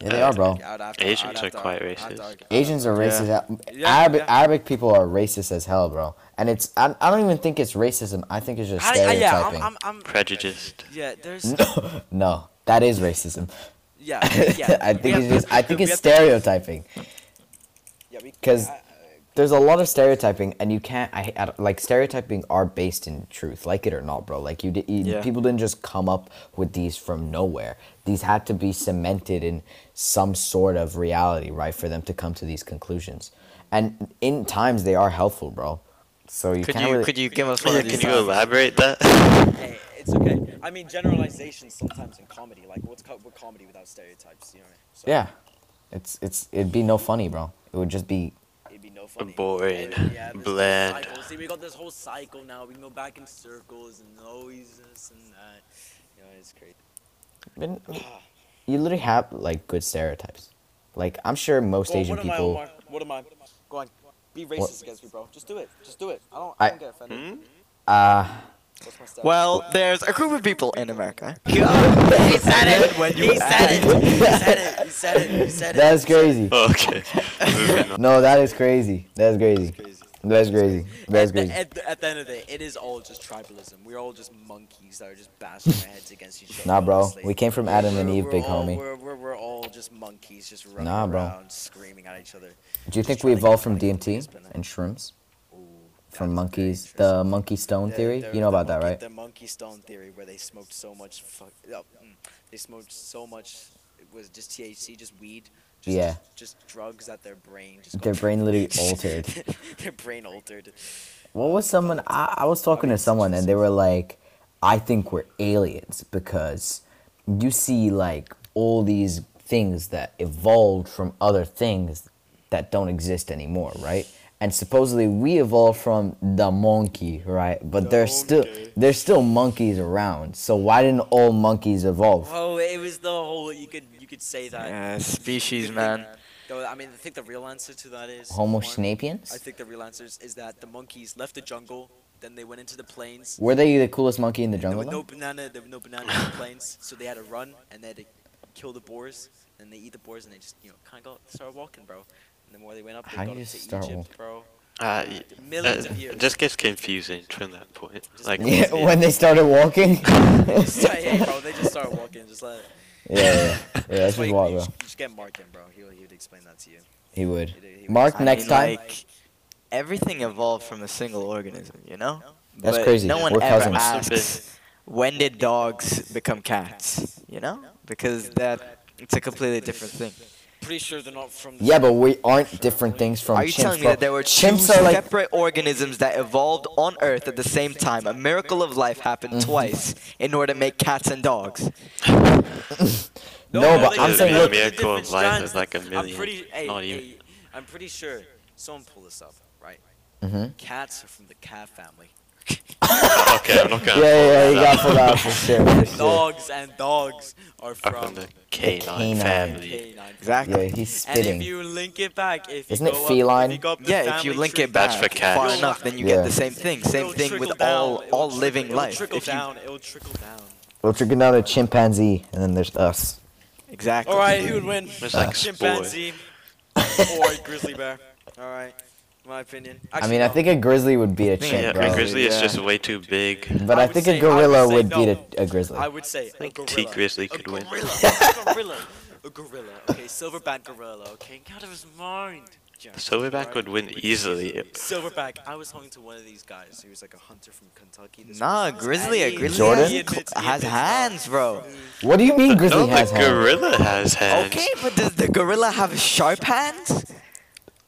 Yeah, they are, Oh, bro. Yeah, I'd have Asians I'd are have to quite argue- I'd have to racist. argue- Asians are racist. Yeah, Arabic yeah. Arabic people are racist as hell, bro. And it's I, I don't even think it's racism. I think it's just I, I, yeah, stereotyping. I'm, I'm, I'm Prejudiced. Yeah, Hmm? there's no, that is racism. yeah, yeah. I we think have it's to- just, I think we it's have to- stereotyping. yeah, we- 'cause- I- There's a lot of stereotyping, and you can't. I, I don't- like stereotyping are based in truth, like it or not, bro. Like you, di- you Yeah. people didn't just come up with these from nowhere. These had to be cemented in some sort of reality, right, for them to come to these conclusions. And in times, they are helpful, bro. So you Could can't you really. could you give us one Yeah, of these? can you times? elaborate that? Hey, it's okay. I mean, generalizations sometimes in comedy. Like, what's co- what comedy without stereotypes? You know what I mean? So yeah, it's it's it'd be no funny, bro. It would just be It'd be no funny. Boring, It would- yeah, this whole bland. cycle. See, we got this whole cycle now. We can go back in circles and always this and that. You know, it's crazy. Then you literally have like good stereotypes. Like I'm sure most Well, Asian what am I, people. Omar? What am I? Go on. Be racist against me, bro. Just do it. Just do it. I don't. I, I- don't get offended. Hmm? Uh, What's my step? Well, there's a group of people in America. he said it. When you he said add- it. He said it. He said it. He said it. that is crazy. okay. Moving on. No, that is crazy. That is crazy. That's crazy. That's at, the, crazy. at, the, at the end of the day, it is all just tribalism. We're all just monkeys that are just bashing our heads against each other. Nah, bro. honestly. We came from Adam and We're- Eve, we're big all- homie. We're, we're, we're all just monkeys, just running Nah, bro. around, screaming at each other. Do you think just we trying to evolved get from money in the DMT basement. and shrooms? Ooh, From that's monkeys, very the monkey stone interesting. theory. The- the- You know the about that, monkey- right? The monkey stone theory, where they smoked so much, fuck, oh, mm, they smoked so much. It was just THC, just weed. Just, Yeah. Just, just drugs that their brain just. got- Their brain literally altered. their brain altered. What was someone? I, I was talking to someone and they were like, I think we're aliens because you see like all these things that evolved from other things that don't exist anymore, right? And supposedly we evolved from the monkey, right? But there's still there's still monkeys around. So why didn't all monkeys evolve? Oh, it was the whole. You could you could say that. Yeah, species, man. Though, I mean, I think the real answer to that is Homo Omar, I sapiens? think the real answer is, is that the monkeys left the jungle, then they went into the plains. Were they the coolest monkey in the There jungle? were no though? banana. There were no banana in the plains, so they had to run and they had to kill the boars. And they eat the boars, and they just you know kind of got started walking, bro. And the more they went up, they How got do you up to start Egypt, walking? bro. Uh, y- Millions that, of years. it just gets confusing from that point. Like Yeah, when they started walking. Just like, hey, bro, they just started walking. Just like Yeah, yeah, yeah. yeah that's why just you- wild, you bro. should- you should get Markin, bro. He'll he would explain that to you. He would. He- he would Mark, explain I next mean, time. Like, everything evolved from a single organism, you know? That's But crazy. No one We're ever cousins. asks, when did dogs become cats, you know? Because that it's a completely different thing. Pretty sure they're not from. The Yeah, but we aren't different things from Are you chimps. telling me bro. that there were two chimps are like separate organisms that evolved on Earth at the same time? A miracle of life happened Mm-hmm. twice in order to make cats and dogs. no, no, but they I'm just- saying they a miracle look, just- different of life strands. is like a I'm million. pretty. Hey, not even. hey, I'm pretty sure. Someone pull this up, right? Mhm. Cats are from the cat family. okay, I'm not yeah, gonna. yeah, yeah, you got pulled out for sure, for sure. Dogs and dogs are From, from the the canine canine. family. canine. Yeah, Exactly. he's And if spitting. you link it back, if you Isn't it go feline? Up, if you go up the Yeah, if you family link tree, it That's back for cats. far enough, then you Yeah. get the same thing. Same it'll thing with trickle all down, it'll all trickle- living it'll life. Trickle If you- down. It'll trickle down. We're tricking down a chimpanzee, and then there's us. Exactly. All right, who would win? It's like Chimpanzee or grizzly bear? All right, my opinion. I Actually, mean, I no. think a grizzly would beat a Yeah, Yeah, chimp, a bro. grizzly is Yeah. just way too big. But I I would think say- I a would gorilla say would no. beat a, a grizzly. I would say a think gorilla. T Grizzly A could win. gorilla, a gorilla. A gorilla. Okay, silverback gorilla. Okay, get out of his mind. Yeah, Silverback would win easily. Silverback. I was talking to one of these guys who was like a hunter from Kentucky. This Nah, was- Grizzly, and a he- Grizzly Jordan? has, admits- he has admits- hands, bro. What do you mean Grizzly No, has Oh, the hands? gorilla has hands. Okay, but does the gorilla have sharp hands?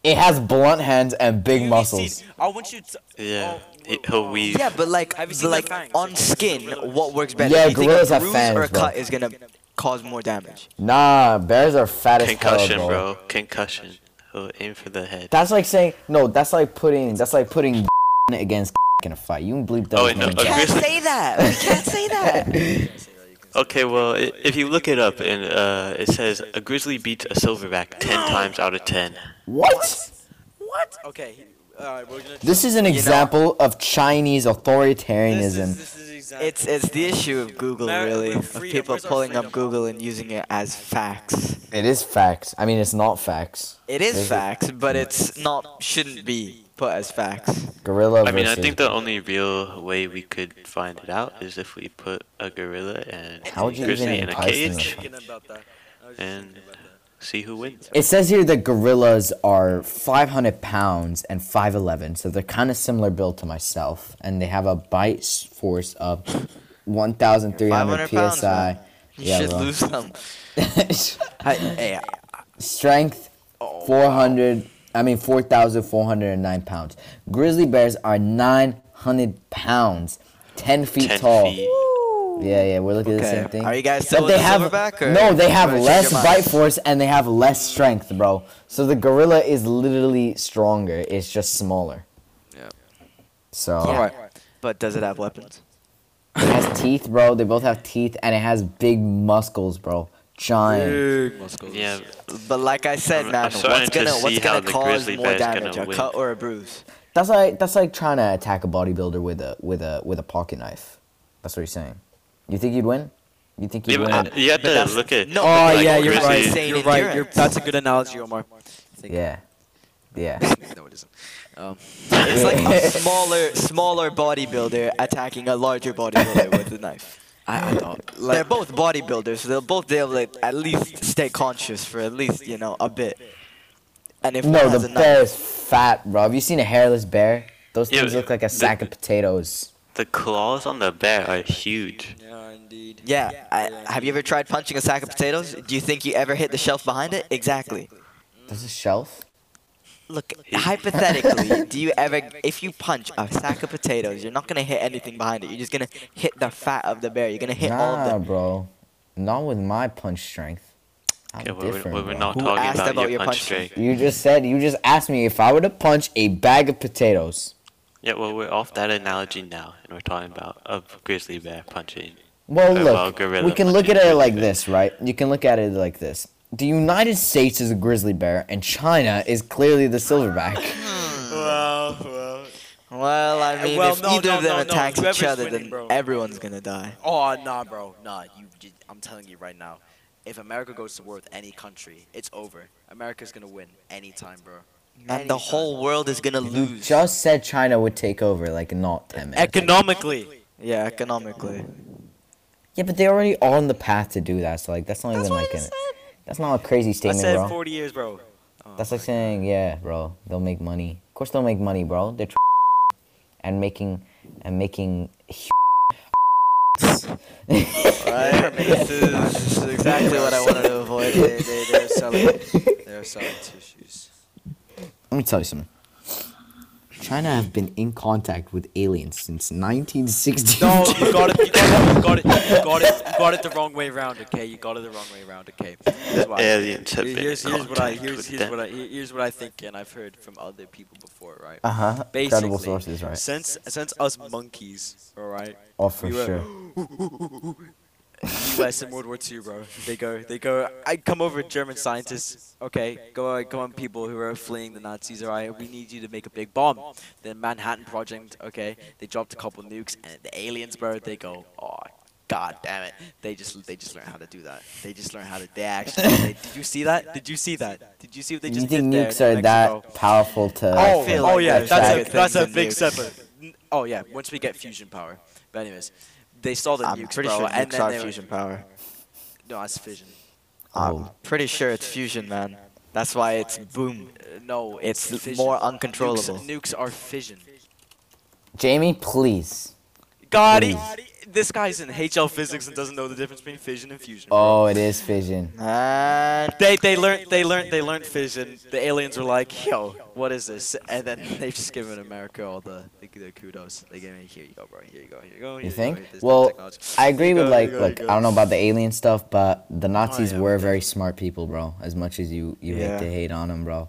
It has blunt hands and big Have you muscles. seen- I want you to. Yeah, oh, he- whoa, he'll oh. weave. Yeah, but like, Have you seen like the fangs? on skin, what works better? Yeah, Do you think gorillas a have bruise fangs, or a bro. cut is gonna cause more damage? Nah, bears are fat as Concussion, hell, bro. Concussion. He'll aim for the head. That's like saying no. That's like putting. That's like putting against in a fight. You can bleep that. Oh, wait, no, We A can't grizzly- say that. We can't say that. Okay, well, i- if you look it up, and uh, it says a grizzly beats a silverback ten times out of ten. What? what? Okay. he- All right, we're gonna. This is an know- example of Chinese authoritarianism. This is, this is exactly It's it's the issue of Google, Mar- really, we're of freedom. people Where's our pulling up freedom? Google and using it as facts. It is facts. I mean, it's not facts. It Is is it- facts, but it's not shouldn't be put as facts. Gorilla. I mean, I versus- think the only real way we could find it out is if we put a gorilla and How would you even grizzly in a entice them? cage, Thinking about that. I was just And- thinking about that. see who wins. It says here that gorillas are 500 pounds and 5'11, so they're kind of similar build to myself, and they have a bite s- force of 1,300 500 pounds, psi. man. You Yeah, should bro. lose some. I, hey, I- Strength 400. I mean 4,409 pounds. Grizzly bears are 900 pounds, 10 feet Ten tall. feet. Yeah, yeah, we're looking at the Okay, same thing. are you guys still But they in the have silverback, or no, they have or change less your mind? bite force and they have less strength, bro. So the gorilla is literally stronger. It's just smaller. Yeah. So All right. But does it have weapons? it has teeth, bro. They both have teeth and it has big muscles, bro. Giant. Yeah, But like I said, I'm- man, I'm starting what's to gonna see what's how gonna the cause grizzly more bear's gonna damage, a win. cut or a bruise? That's like that's like trying to attack a bodybuilder with a with a with a pocket knife. That's what you're saying. You think you'd win? You think yeah you'd but, win? uh, Oh, you have But to that's- look at. no, like, but, like, yeah, you're grizzly- right. Insane You're right. You're, endurance. that's a good analogy, Omar. yeah. Yeah. no, it isn't. It's like a smaller smaller bodybuilder attacking a larger bodybuilder with a knife. I, I don't. Like, they're both bodybuilders, so they'll both be able to at least stay conscious for at least you know a bit. And if one No, has the a bear knife, is fat, bro. Have you seen a hairless bear? Those Yeah, things but look like a the- sack of potatoes. The claws on the bear are huge. Yeah, indeed. yeah. I, have you ever tried punching a sack of potatoes? Do you think you ever hit the shelf behind it? Exactly. There's a shelf. Look, hypothetically, do you ever, if you punch a sack of potatoes, you're not gonna hit anything behind it. You're just gonna hit the fat of the bear. You're gonna hit all of nah, them. bro. Not with my punch strength. I'm Okay, we're, different, we're, we're bro. not Who talking asked about, about your your punch punch strength. You just said you just asked me if I were to punch a bag of potatoes. Yeah, well, we're off that analogy now, and we're talking about a grizzly bear punching. Well, Oh, well, look, gorilla we can look at punching it grizzly like bear. this, right? You can look at it like this. The United States is a grizzly bear, and China is clearly the silverback. Well, well. Well, I mean, Well, if no, either no, of them no, no. attacks Whoever's each other, winning, then bro. everyone's gonna die. Oh nah, bro, nah. You, you, I'm telling you right now, if America goes to war with any country, it's over. America's gonna win anytime, bro. Man, the whole world is gonna you lose. just said China would take over, like not ten minutes. ago. Economically, Yeah, economically. Yeah, but they're already on the path to do that. So like, that's not even like an, that's not a crazy I statement, said bro. 40 years, bro. that's like saying, yeah, bro, they'll make money. Of course they'll make money, bro. They're tr- and making and making. Right? this, is, this is Exactly what I wanted to avoid. They, they, they're selling. They're selling tissues. Let me tell you something. China have been in contact with aliens since 1960. No, you got it. You got it. You got it. You got it. You got it the wrong way around. Okay, you got it the wrong way around. Okay. Here's why. Aliens have been Here's, in here's what I contact here's, with here's them. what I here- here's what I think, and I've heard from other people before, right? Uh huh. Credible Basically, sources, right? since since us monkeys, all right, Oh, for we were- sure. U.S. in World War II, bro. They go, they go. I come over German scientists. Okay, go, on- come on, people who are fleeing the Nazis. All right, we need you to make a big bomb. The Manhattan Project. Okay, they dropped a couple nukes, and the aliens, bro. They go, oh. God damn it! They just they just learn how to do that. They just learn how to. They actually. They, did you see that? Did you see that? Did you see what they Do just you think did there nukes in are Mexico? that powerful to? Oh, like, feel oh like yeah, that's attract- that's a good that's a things in big nukes. separate. N- Oh yeah, once we get fusion power. But anyways, they saw the I'm nukes, pretty bro, sure and nukes then are they were- fusion power. No, that's fission. Oh, Pretty sure it's fusion, man. That's why it's boom. Uh, no, It's it's fission. more Nukes- uncontrollable. Nukes, are fission. Jamie, please. Gotti, Please. this guy's in HL physics and doesn't know the difference between fission and fusion. Oh, it is fission. And They they learned they learned they learned fission. The aliens were like, yo, what is this? And then they've just given America all the the, the kudos. They gave me here you go, bro. Here you go. Here you go. Here You go, think? here's this Well, technology." I agree with go, like, you go, look, you I go. don't know about the alien stuff, but the Nazis yeah, were very smart people, bro. As much as you you Yeah. hate to hate on them, bro.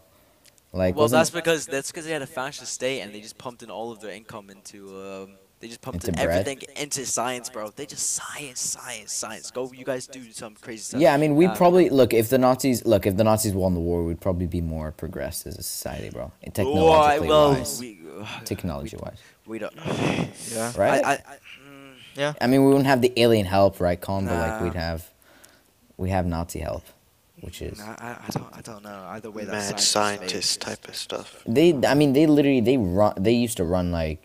Like, well, wasn't- that's because that's because they had a fascist state and they just pumped in all of their income into um, they just pumped Into in bread? everything into science, bro. They just science, science, science. Go, you guys do some crazy stuff. Yeah, I mean, we'd Um, probably look if the Nazis look if the Nazis won the war, we'd probably be more progressed as a society, bro. And Why- Technologically well, wise, we, uh, technology wise, we don't. yeah. right? I, I, I, I, mm, mean, we wouldn't have the alien help, right, Colin? But like, Nah. we'd have we have Nazi help, which is I, I I don't, I don't know. Either way, that's Mad science is scientist fake. type of stuff. they. I mean, they literally they run. They used to run like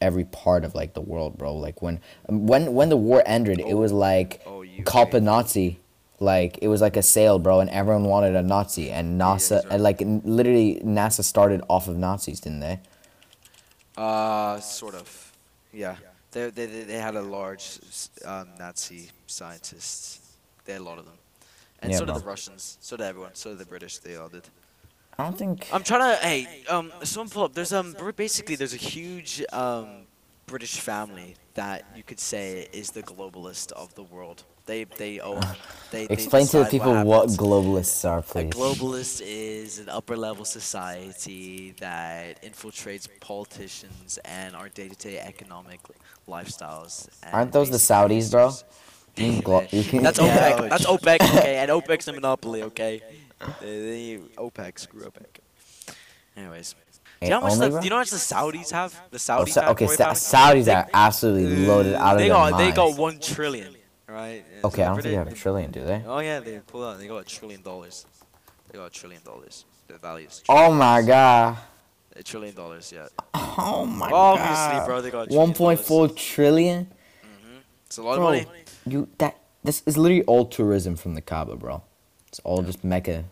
every part of like the world, bro. Like when when when the war ended, it was like Oh, you cop a wait. Nazi. Like it was like a sale, bro, and everyone wanted a Nazi, and NASA, he's right. and like n- literally NASA started off of Nazis, didn't they? Uh, sort of. Yeah. They, they, they they had a large s- um, Nazi scientists. They had a lot of them. And Yeah, so did bro. the Russians. So did everyone. So did the British. They all did. I don't think. I'm trying to. Hey, um, someone pull up. There's um, br- basically there's a huge um, British family that you could say is the globalist of the world. They they own. They, they Explain to the decide people what, happens. globalists are, A please. globalist is an upper level society that infiltrates politicians and our day to day economic lifestyles. and Aren't those the basically Saudis, bro? users. You can glo- you can- That's Yeah. OPEC. That's OPEC, okay? And OPEC's a monopoly, okay? They, they, OPEC, screw OPEC. Anyways. Do you, know how much Only, the, bro? do you know how much the Saudis have? The Oh, Saudi so- okay, royal Sa- family? Saudis are absolutely loaded out of they their got, minds. They got one trillion, right? And so okay, I don't the think they have a British- trillion, do they? Oh yeah, they pull out. They got a trillion dollars. They got a trillion dollars. Their value is Oh my god. a trillion dollars. Yeah. Oh my Obviously, bro, they got a trillion One point four trillion, dollars. It's a lot bro. of money. You that this is literally all tourism from the Kaaba, bro. It's all just Mecca.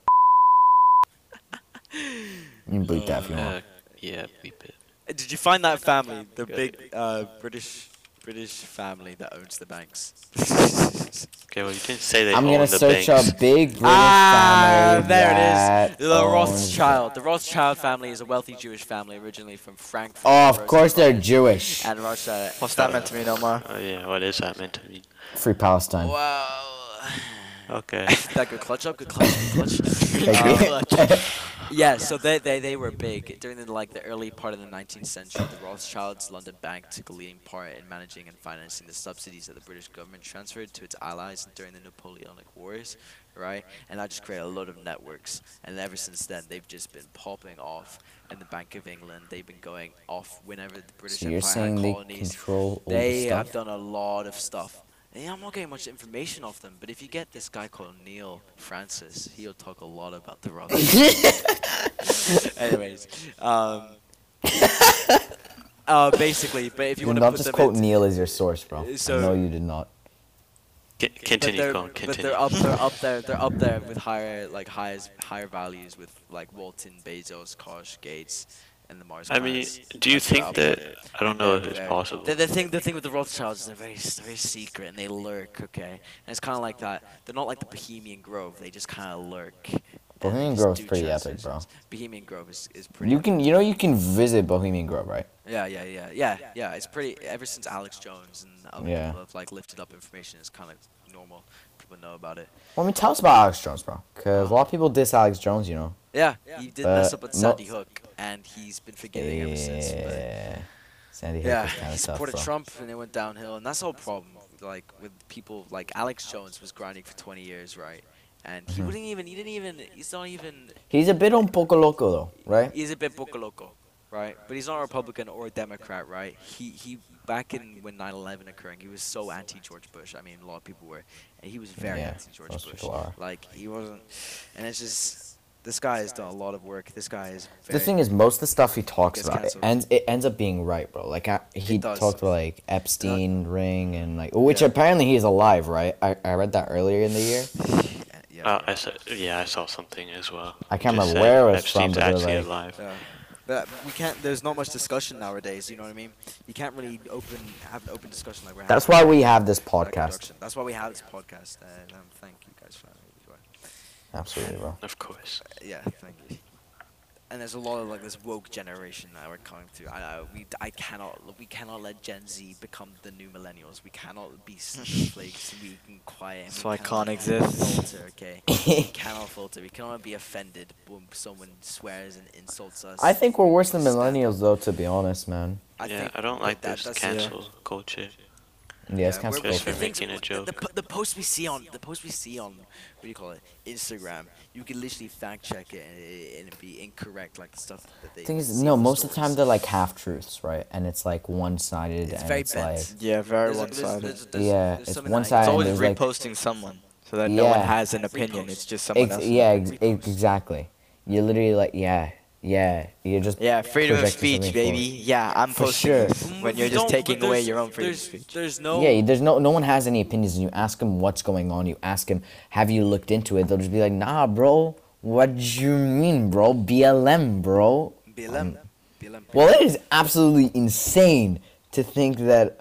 you can bleep that if you want. Uh, yeah, beep it. Uh, Did you find that family, the big uh, British British family that owns the banks? Okay, well you didn't say they I'm own gonna the search banks. up big British ah, family. there it that is. The owns- Rothschild. The Rothschild family is a wealthy Jewish family originally from Frankfurt. Oh, of course they're Rosenborg, Jewish. And Russia. What's that meant to mean, Omar? Oh yeah, what is that meant to mean? Free Palestine. Wow. Okay. that good clutch up, good clutch, good clutch. Thank you. Um, Yeah, so they, they, they were big during the, like the early part of the 19th century. The Rothschilds' London Bank took a leading part in managing and financing the subsidies that the British government transferred to its allies during the Napoleonic Wars, right? And that just created a lot of networks. And ever since then, they've just been popping off. And the Bank of England, they've been going off whenever the British So you're Empire saying had they colonies. control all They uh, the stuff? have done a lot of stuff. Yeah, I'm not getting much information off them, but if you get this guy called Neil Francis, he'll talk a lot about the Rothschilds. Anyways, um, uh, basically, but if you You want did to not put just them quote in, Neil as your source, bro. So- no, you did not. Con- but Continue, they're, Colin, but continue. they're up, they're up there, they're up there with higher, like higher, higher values with like Walton, Bezos, Kosh, Gates, and the Mars. I mean, planets. do you Like, they're think up there. that I don't know if it's Very- possible? The, the thing, the thing with the Rothschilds is they're very, s- very secret and they lurk. Okay, and it's kind of like that. They're not like the Bohemian Grove. They just kind of lurk. and they Bohemian just Grove's do pretty epic, bro. transactions. Bohemian Grove is, is pretty. You can, you know, you can visit Bohemian Grove, right? Yeah, yeah, yeah, yeah, yeah. It's pretty. Ever since Alex Jones and other Yeah. people have like lifted up information, it's kind of normal. People know about it. Well, I mean, tell us about Alex Jones, bro. Cause a lot of people diss Alex Jones, you know. Yeah, he did Uh, mess up with no- Sandy Hook, and he's been forgiving ever since. But Yeah. Sandy Hook Yeah, was kind of he tough, supported bro. Trump and it went downhill, and that's the whole problem. Like with people, like Alex Jones was grinding for 20 years, right? And Mm-hmm. he wouldn't even. He didn't even. He's not even. He's a bit on poco loco though, right? He's a bit poco loco, right? But he's not a Republican or a Democrat, right? He he. Back in when 9/11 occurring, he was so anti George Bush. I mean, a lot of people were. And he was very Yeah, anti George most Bush. people are. Like he wasn't. And it's just. This guy has done a lot of work. This guy is. Very, The thing is, most of the stuff he talks Gets about it cancelled. ends it ends up being right, bro. Like I, he does. talked about like Epstein ring and like, which Yeah. apparently he's alive, right? I, I read that earlier in the year. yeah, yeah. Uh, I saw, yeah, I saw something as well. I can't Just remember said where it was Epstein's from, but it was actually like- alive. Yeah. But we can't. There's not much discussion nowadays. You know what I mean? You can't really open have an open discussion like we're That's having why we have this about podcast. introduction. That's why we have this podcast. And um, thank you guys for having me. Absolutely, bro. Of course. Yeah, thank you. And there's a lot of like this woke generation that we're coming through. I know we I cannot we cannot let Gen Z become the new millennials. We cannot be snowflakes. we can quiet. That's we why cannot Khan exists. Filter, okay. we cannot filter. We cannot be offended when someone swears and insults us. I think we're worse than Stab. millennials, though, to be honest, man. I yeah, think I don't like that- this that's- cancel culture. Yeah, it's Yeah, kind of we're- Just for the things- making a joke. The, the, po- the posts we see on the posts we see on what do you call it Instagram, you can literally fact check it and, it and it'd be incorrect, like the stuff that they. thing is, see no, on most of the time stories. they're like half truths, right? And it's like one sided, It's and very it's bent. like Yeah, very There's a- one there's- sided. there's- there's- Yeah, there's it's something one that I- side It's and always there's like- reposting someone so that no one Yeah. has an opinion. It's just someone Ex- else. yeah, ex- ex- exactly. You're literally like, yeah, yeah. You're just Yeah, freedom of projecting speech, something baby. forward. Yeah, I'm For posting sure. this when you're just Don't- but taking away there's- your own freedom of there's- speach. There's no. Yeah, there's no no one has any opinions, and you ask them what's going on. You ask them, have you looked into it? They'll just be like, nah, bro. What you mean, bro? BLM, bro. BLM. Mm. BLM. Well, it is absolutely insane to think that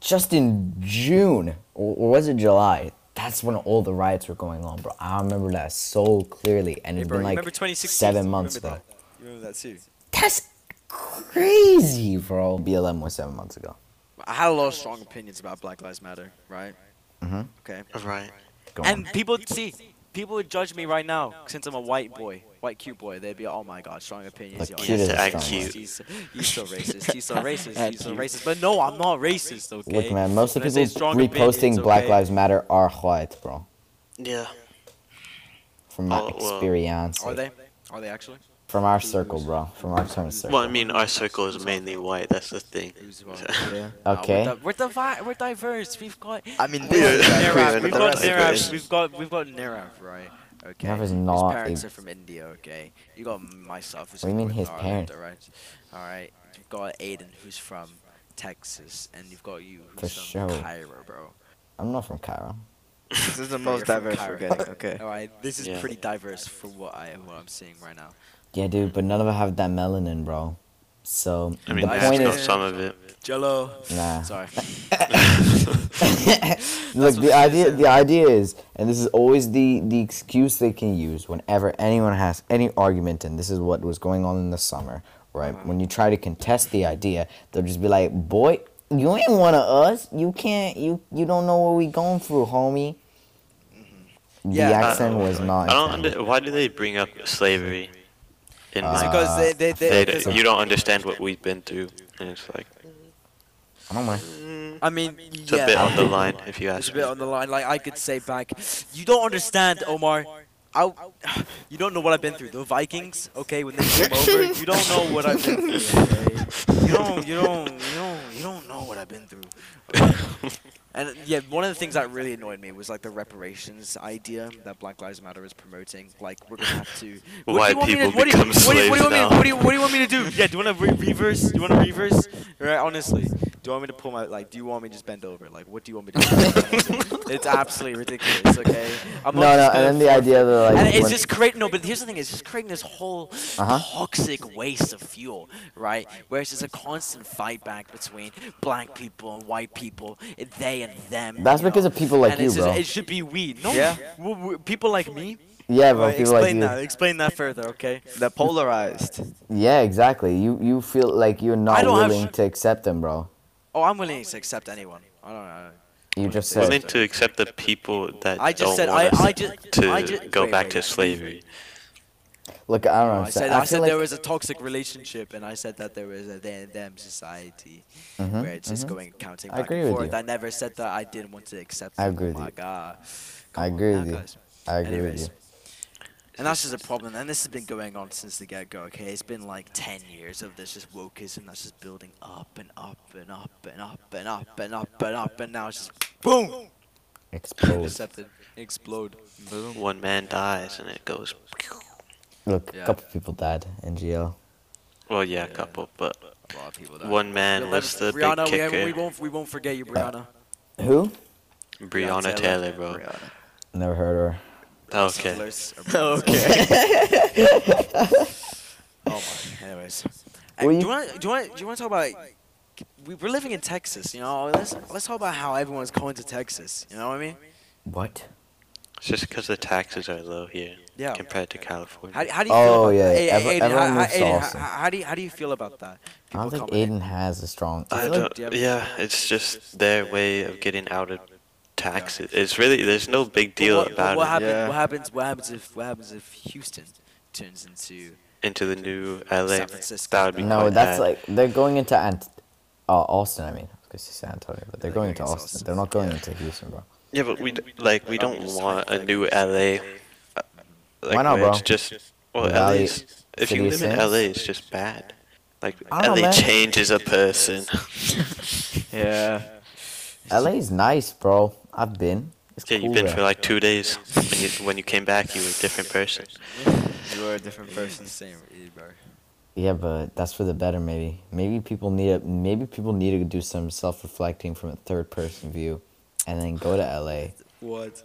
just in June, or, or was it July? That's when all the riots were going on, bro. I remember that so clearly, and Hey, it's bro, been you like remember 2016? seven You months, bro. remember that? You remember that too? That's crazy, bro. BLM was seven months ago. I had a lot of strong opinions about Black Lives Matter, right? Mhm. Okay. Right. Go And on. people see, people would judge me right now since I'm a white boy, white cute boy. They'd be, oh my god, strong opinions. Look yo, cute as he's a so strong cute. He's, so- he's so racist. He's so racist. And He's so cute. racist. But no, I'm not racist. Okay. Look, man, most of When the I say people strong reposting opinions, Black okay, Lives Matter are white, bro. Yeah. From my Oh, well. experience, Are they? Are they actually? from our circle, bro, from our turn circle. Well, I mean, our circle is mainly white. That's the thing. Who's wrong? yeah. Nah, Okay. uh, we're, di- we're, divi- we're diverse. We've got. I mean, Yeah, this is yeah, like yeah, Nirav, freedom but we've of the got rest of it is- Nirav, we've got we've got Nirav, right? Okay. Nirav is his not a- parents are from India, okay. You got myself who's What do you from mean his North parents? Ireland, alright? Alright. You've got Aiden who's from Texas and you've got you For who's from sure. Cairo, bro. I'm not from Cairo. This is the Bro, most you're from diverse we're Cairo. getting. Okay. Alright, this is Yeah. pretty diverse for what I what I'm seeing right now. Yeah, dude, but none of us have that melanin, bro. So I mean, the I point know is, some of it. Jello. Nah. Sorry. look, what she the idea, said. the idea is, and this is always the the excuse they can use whenever anyone has any argument, and this is what was going on in the summer, right? Uh-huh. When you try to contest the idea, they'll just be like, "Boy, you ain't one of us. You can't. You you don't know what we going through, homie." Mm-hmm. Yeah, the I- accent was not. I don't intended. under- Why do they bring up slavery? In Uh, like, because they they, they they, d- you don't understand what we've been through, and it's like I don't mind. I mean it's yeah. a bit on the line if you It's a ask me. bit on the line. Like I could say back, you don't understand, Omar. I, you don't know what I've been through. The Vikings, okay, when they came over, you don't know what I've been through. Okay? You don't, you don't, you don't, you don't know what I've been through. And yeah, one of the things that really annoyed me was like the reparations idea that Black Lives Matter is promoting. Like we're gonna have to. What White do you want me to- people what do you- become what do you- what do you slaves want me- now. What do you What do you want me to do? Yeah, do you want to re- reverse? Do you want to reverse? Right, honestly, do you want me to pull my like? Do you want me to just bend over? Like, what do you want me to do? it's absolutely ridiculous. Okay. I'm No, no, not just and gonna then the idea that like and it's when- just creating no but here's the thing it's just creating this whole Uh-huh. toxic waste of fuel right where it's just a constant fight back between black people and white people and they and them That's you because know? of people like and you, it's just, bro. it should be we no Yeah. w- w- people like me yeah, bro. Alright, People like explain you. that explain that further okay They're polarized. Yeah, exactly. You you feel like you're not don't have willing sh- to accept them, bro. oh i'm willing to accept anyone i don't know You just Well, said Willing to accept the people that I just don't said- want I- us I just- to I just- go wait, back wait, to wait. slavery. look. I don't I said, understand. I, feel said like, there was a toxic relationship, and I said that there was a they and them society Mhm, where it's just mhm. going counting I back agree and with forth. you. I never said that I didn't want to accept. I them. agree oh with my you. God. I Come agree on with now, you. guys. I agree Anyways, with you. and that's just a problem. And this has been going on since the get go. Okay, it's been like ten years of this just wokeism that's just building up and up and up and up and up and up and up, and now it's just boom, Exposed. intercepted, explode. One man dies and it goes. Look, Yeah. a couple people died in jail. Well, yeah, a couple, but A lot of people. died. one man You'll was the never- big Brianna, we haven't- We, kicker. won't. We won't forget you, Brianna. Who? Breonna Taylor, bro. Never heard her. Okay. settlers. or okay. Oh my. Anyways, Uh, Well, do you- you want do you want do you want to talk about? We, we're living in Texas, you know. Let's let's talk about how everyone's going to Texas. You know what I mean? What? It's just because the taxes are low here Yeah. compared to California. How, do- how do you Oh, feel about yeah, that? Hey, ev- hey, Aiden, everyone how, moves to Aiden, Austin. how, how do you, how do you feel about that? I don't think People Aiden comment. has a strong. I like don't, they have- yeah, it's just their way of getting out of taxes. It's really there's no big But deal what, but about what it happens? Yeah. What happens? What happens if what happens if Houston turns into? into the new LA. San Francisco. That would be No, quite that's bad. like they're going into Ant- uh, Austin. I mean, because San Antonio, but they're They're going going into into Austin. Austin. They're not going into Houston, bro. yeah, but we d- like we don't want a new LA. uh, Like, Why not, where It's bro? just well, Valley- LA's, if City you of live in Saints? LA, it's just bad. Like I don't know, LA man. changes a person. Yeah. LA's nice, bro. I've been. It's yeah, cool you've been there. for like two days. When you when you came back, you were a different person. You are a different person, same, bro. Yeah, but that's for the better. Maybe, maybe people need a, Maybe people need to do some self-reflecting from a third-person view, and then go to LA. What?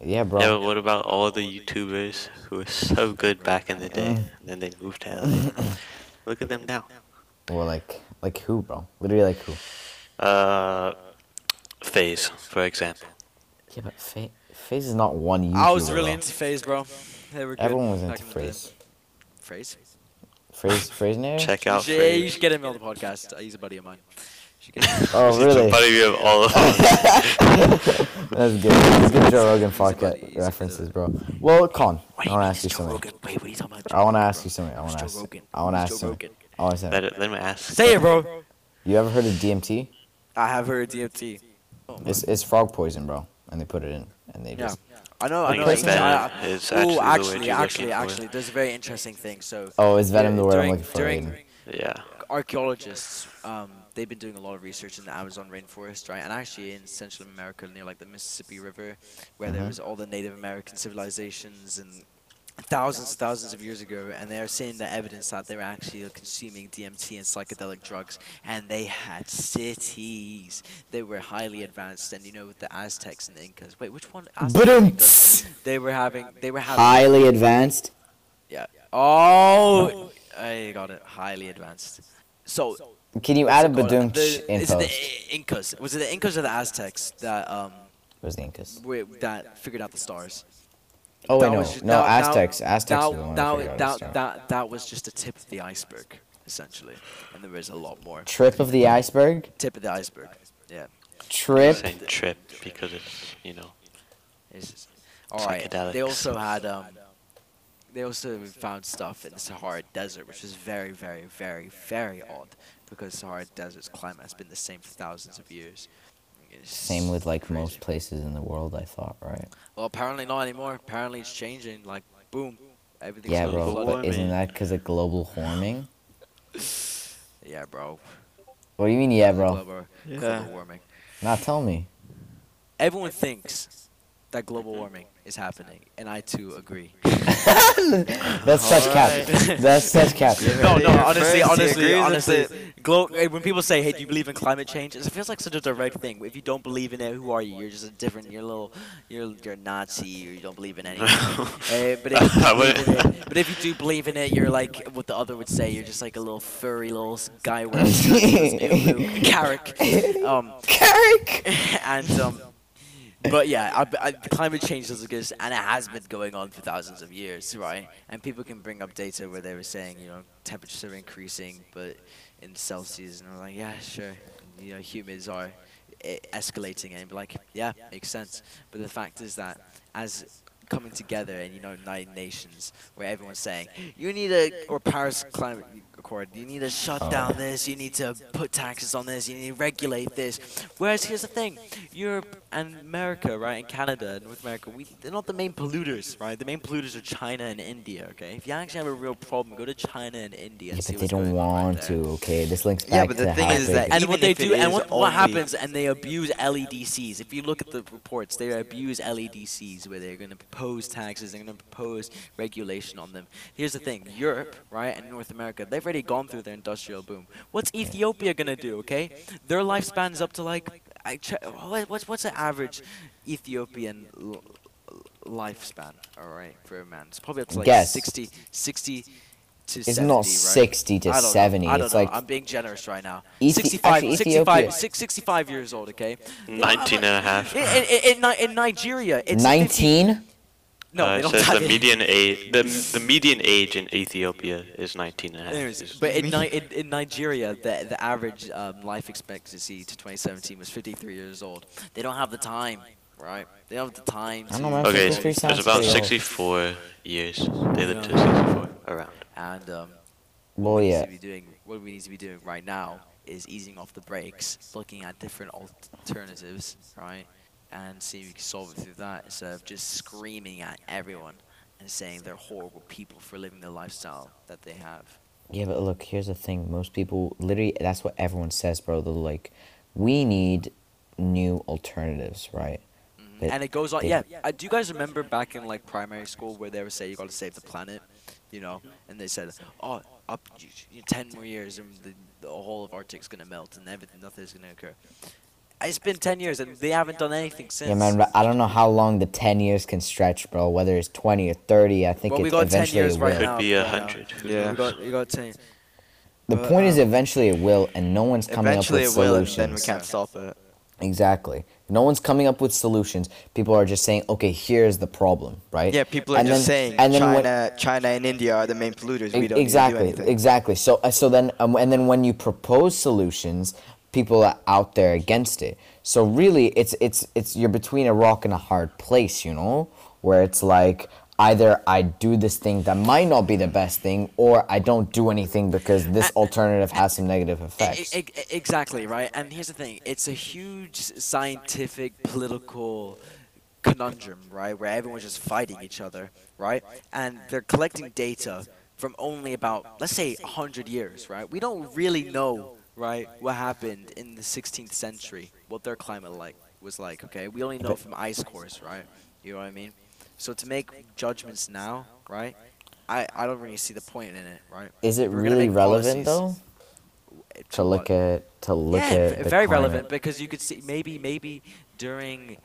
Yeah, bro. Yeah, but what about all the YouTubers who were so good back in the day, and Mm. then they moved to LA? Look at them now. Well, like, like who, bro? Literally, like who? Uh, Phase, for example. Yeah, but Fa- Face is not one. YouTuber, I was really bro. into Phase, bro. They were good Everyone was back into in the day. Face. Phase. Phase, Fraser. Check out Yeah, you Phase. should get him on the podcast. Uh, He's a buddy of mine. You should get him. Oh, really? But you have all of them. That's good. That's good Joe Rogan He's a buddy, he's podcast a references, bro. Well, Con, What I want to do you mean ask it's you Joe something. Rogan? Wait, what are you talking about? I want to Joe ask you Rogan? something. I want to Joe ask. Rogan? I want to Who's ask Joe something. Rogan? I want to say. Let, let me ask. Say it, bro. You ever heard of DMT? I have heard of DMT. It's it's frog poison, bro. And they put it in, and they just. I know. I think know. it's it's- I- better. It's actually Oh, the word actually, you're actually, looking for. actually, there's a very interesting thing. So, Oh, is venom the word I'm during- looking for? during- Aiden? Yeah. archaeologists um, they've been doing a lot of research in the Amazon rainforest, right? And actually in Central America, near like the Mississippi River, where there Mhm. was all the Native American civilizations and thousands and thousands of years ago, and they are seeing the evidence that they were actually uh, consuming DMT and psychedelic drugs, and they had cities. They were highly advanced, and you know with the Aztecs and the Incas. Wait, which one? Aztecs and Ba-dum. Incas? They were having. They were having. Highly advanced. Yeah. Oh, I got it. Highly advanced. So Can you add a Call it- badum the- in Is it post? the It I- Incas? Was it the Incas or the Aztecs that um was the Incas. wi- that figured out the stars? Oh wait, That no, was ju- no that- that- Aztecs. Aztecs that, are the one that, that figured out the that, star. that, that was just the tip of the iceberg, essentially, and there is a lot more. Trip of the iceberg. Tip of the iceberg. Yeah. I'm Trip. saying trip because it's, you know. It's just, all right. They Psychedelics. also had um. They also found stuff in the Sahara Desert, which is very, very, very, very odd, because Sahara Desert's climate has been the same for thousands of years. It's Same with like crazy. most places in the world, I thought, right? Well, apparently not anymore. Apparently it's changing. Like, boom, everything's Yeah, all global bro. But flooded. warming. isn't that because of global warming? Yeah, bro. What do you mean, yeah, bro? Global, Yeah. global warming. Not tell me. Everyone thinks that global warming is happening, and I too agree. That's such cap. That's such cap. No, no, Yeah, honestly, first he honestly, agrees honestly. with Glo- eh, when people say, "Hey, do you believe in climate change?" It feels like such a direct thing. If you don't believe in it, who are you? You're just a different. You're a little. You're you're Nazi. Or you don't believe in anything. Eh, but, if you I believe in wouldn't- it, but if you do believe in it, you're like what the other would say. You're just like a little furry little s- guy wearing a little carrot. Um, and um, but yeah, I, I, climate change does exist, and it has been going on for thousands of years, right? And people can bring up data where they were saying, you know, temperatures are increasing, but in Celsius, and I'm like, yeah, sure, you know, humans are e- escalating, and be like, yeah, makes sense. But the fact is that as coming together and you know United Nations where everyone's saying you need a or Paris climate accord you need to shut Oh. down this you need to put taxes on this you need to regulate this whereas here's the thing Europe and America right and Canada and North America we they're not the main polluters right the main polluters are China and India okay if you actually have a real problem go to China and India Yeah, and see but they what's don't going on right want there to. Okay, this links back Yeah, but to the thing how is big- that- and Even what they if it do, and is what, only- what happens, and they abuse LEDCs. If you look at the reports, they abuse LEDCs where they're going to propose taxes, they're going to propose regulation on them. Here's the thing: Europe, right, and North America, they've already gone through their industrial boom. What's Ethiopia going to do? Okay, their lifespan is up to like, I che- what- what's what's the average Ethiopian l- lifespan, all right, for a man. It's probably up to like Guess. 60, 60 to It's 70, not right? 60 to I don't know. 70. I don't It's know. like I'm being generous right now. Ethi- 65, actually, 65, Ethiopia. six- 65 years old, okay? 19 and a half. In, in, in, Ni- in Nigeria, it's 50 nineteen. no, uh, they it don't says have the it. median age the, the median age in Ethiopia is 19 and a half. Anyways, It's- but in, Ni- in, in Nigeria, the, the average um, life expectancy to 2017 was 53 years old. They don't have the time, right? They don't have the time. I don't to- know, man. okay, Fifty three it's sounds about pretty old. 64 years. They live to Yeah. 64 around. And um, Well, we need yeah. to be doing, what we need to be doing right now is easing off the brakes, looking at different alternatives, right, and see if we can solve it through that instead of just screaming at everyone and saying they're horrible people for living the lifestyle that they have. Yeah, but look, here's the thing. Most people, literally, that's what everyone says, bro. They're like, we need new alternatives, right? But Mm-hmm. and it goes on. they- Yeah, uh, do you guys remember back in like primary school where they would say you got to save the planet, you know? And they said, oh, up you, you, ten more years and the, the whole of Arctic's gonna melt and everything, nothing's gonna occur. It's been ten years and they haven't done anything since. Yeah, man, but I don't know how long the 10 years can stretch, bro. Whether it's 20 or 30, I think Well, we it got 10 eventually years it right will. Oh, Could now, be a yeah. 100. who Yeah. You knows? got, you got ten. the but, point is, um, uh, eventually it will, and no one's coming Eventually up it with will, and solutions. then we can't stop it. Exactly. No one's coming up with solutions. People are just saying, okay, here's the problem, right? Yeah, people are And just then- saying and then China, when- China and India are the main polluters. We E- don't need exactly to do anything. exactly so uh, so then um, and then when you propose solutions people are out there against it so really it's it's it's you're between a rock and a hard place you know where it's like either i do this thing that might not be the best thing or i don't do anything because this alternative has some negative effects Uh, E- e- Exactly right. And here's the thing: it's a huge scientific, political conundrum, right? Where everyone's just fighting each other, right? And they're collecting data from only about, let's say, 100 years, right? We don't really know, right, what happened in the 16th century, what their climate like was like. Okay, we only know from ice cores, right? You know what I mean? So to make judgments now, right? I, I don't really see the point in it, right? is it We're gonna really make relevant policies though to look at to look yeah, at v- the very climate? relevant because you could see maybe maybe during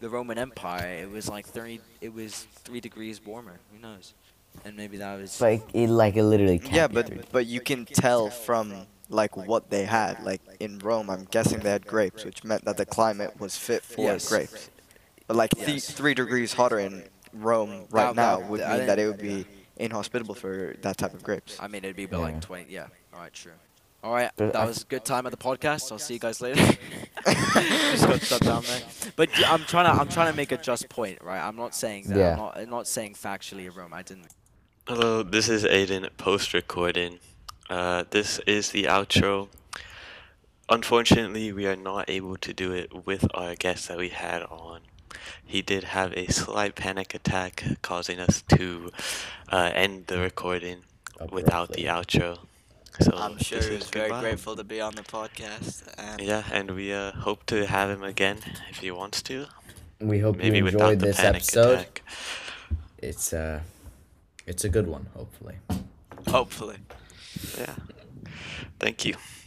the Roman Empire it was like thirty, it was three degrees warmer. Who knows? And maybe that was. like it like it literally can't Yeah, be but three- but you can tell from like what they had. Like in Rome, I'm guessing they had grapes, which meant that the climate was fit for Yes. grapes. But like th- Yes. three degrees hotter in Rome right That- now that- would I mean didn't- that it would be inhospitable for that type of grapes. I mean, it'd be about Yeah. like twenty. Yeah. All right. True. All right. But I- That was a good time at the podcast. I'll see you guys later. Just got shut down there. But y- I'm trying to I'm trying to make a just point, right? I'm not saying that. Yeah. I'm, not, I'm not saying factually a Rome. I didn't. Hello, this is Aiden post recording. Uh, this is the outro. Unfortunately, we are not able to do it with our guest that we had on. He did have a slight panic attack, causing us to uh, end the recording without the outro. So I'm sure this he is was very goodbye. grateful to be on the podcast. And Yeah, and we uh, hope to have him again if he wants to. we hope Maybe you without enjoyed the this panic episode attack. it's uh it's a good one hopefully hopefully. Yeah. Thank you.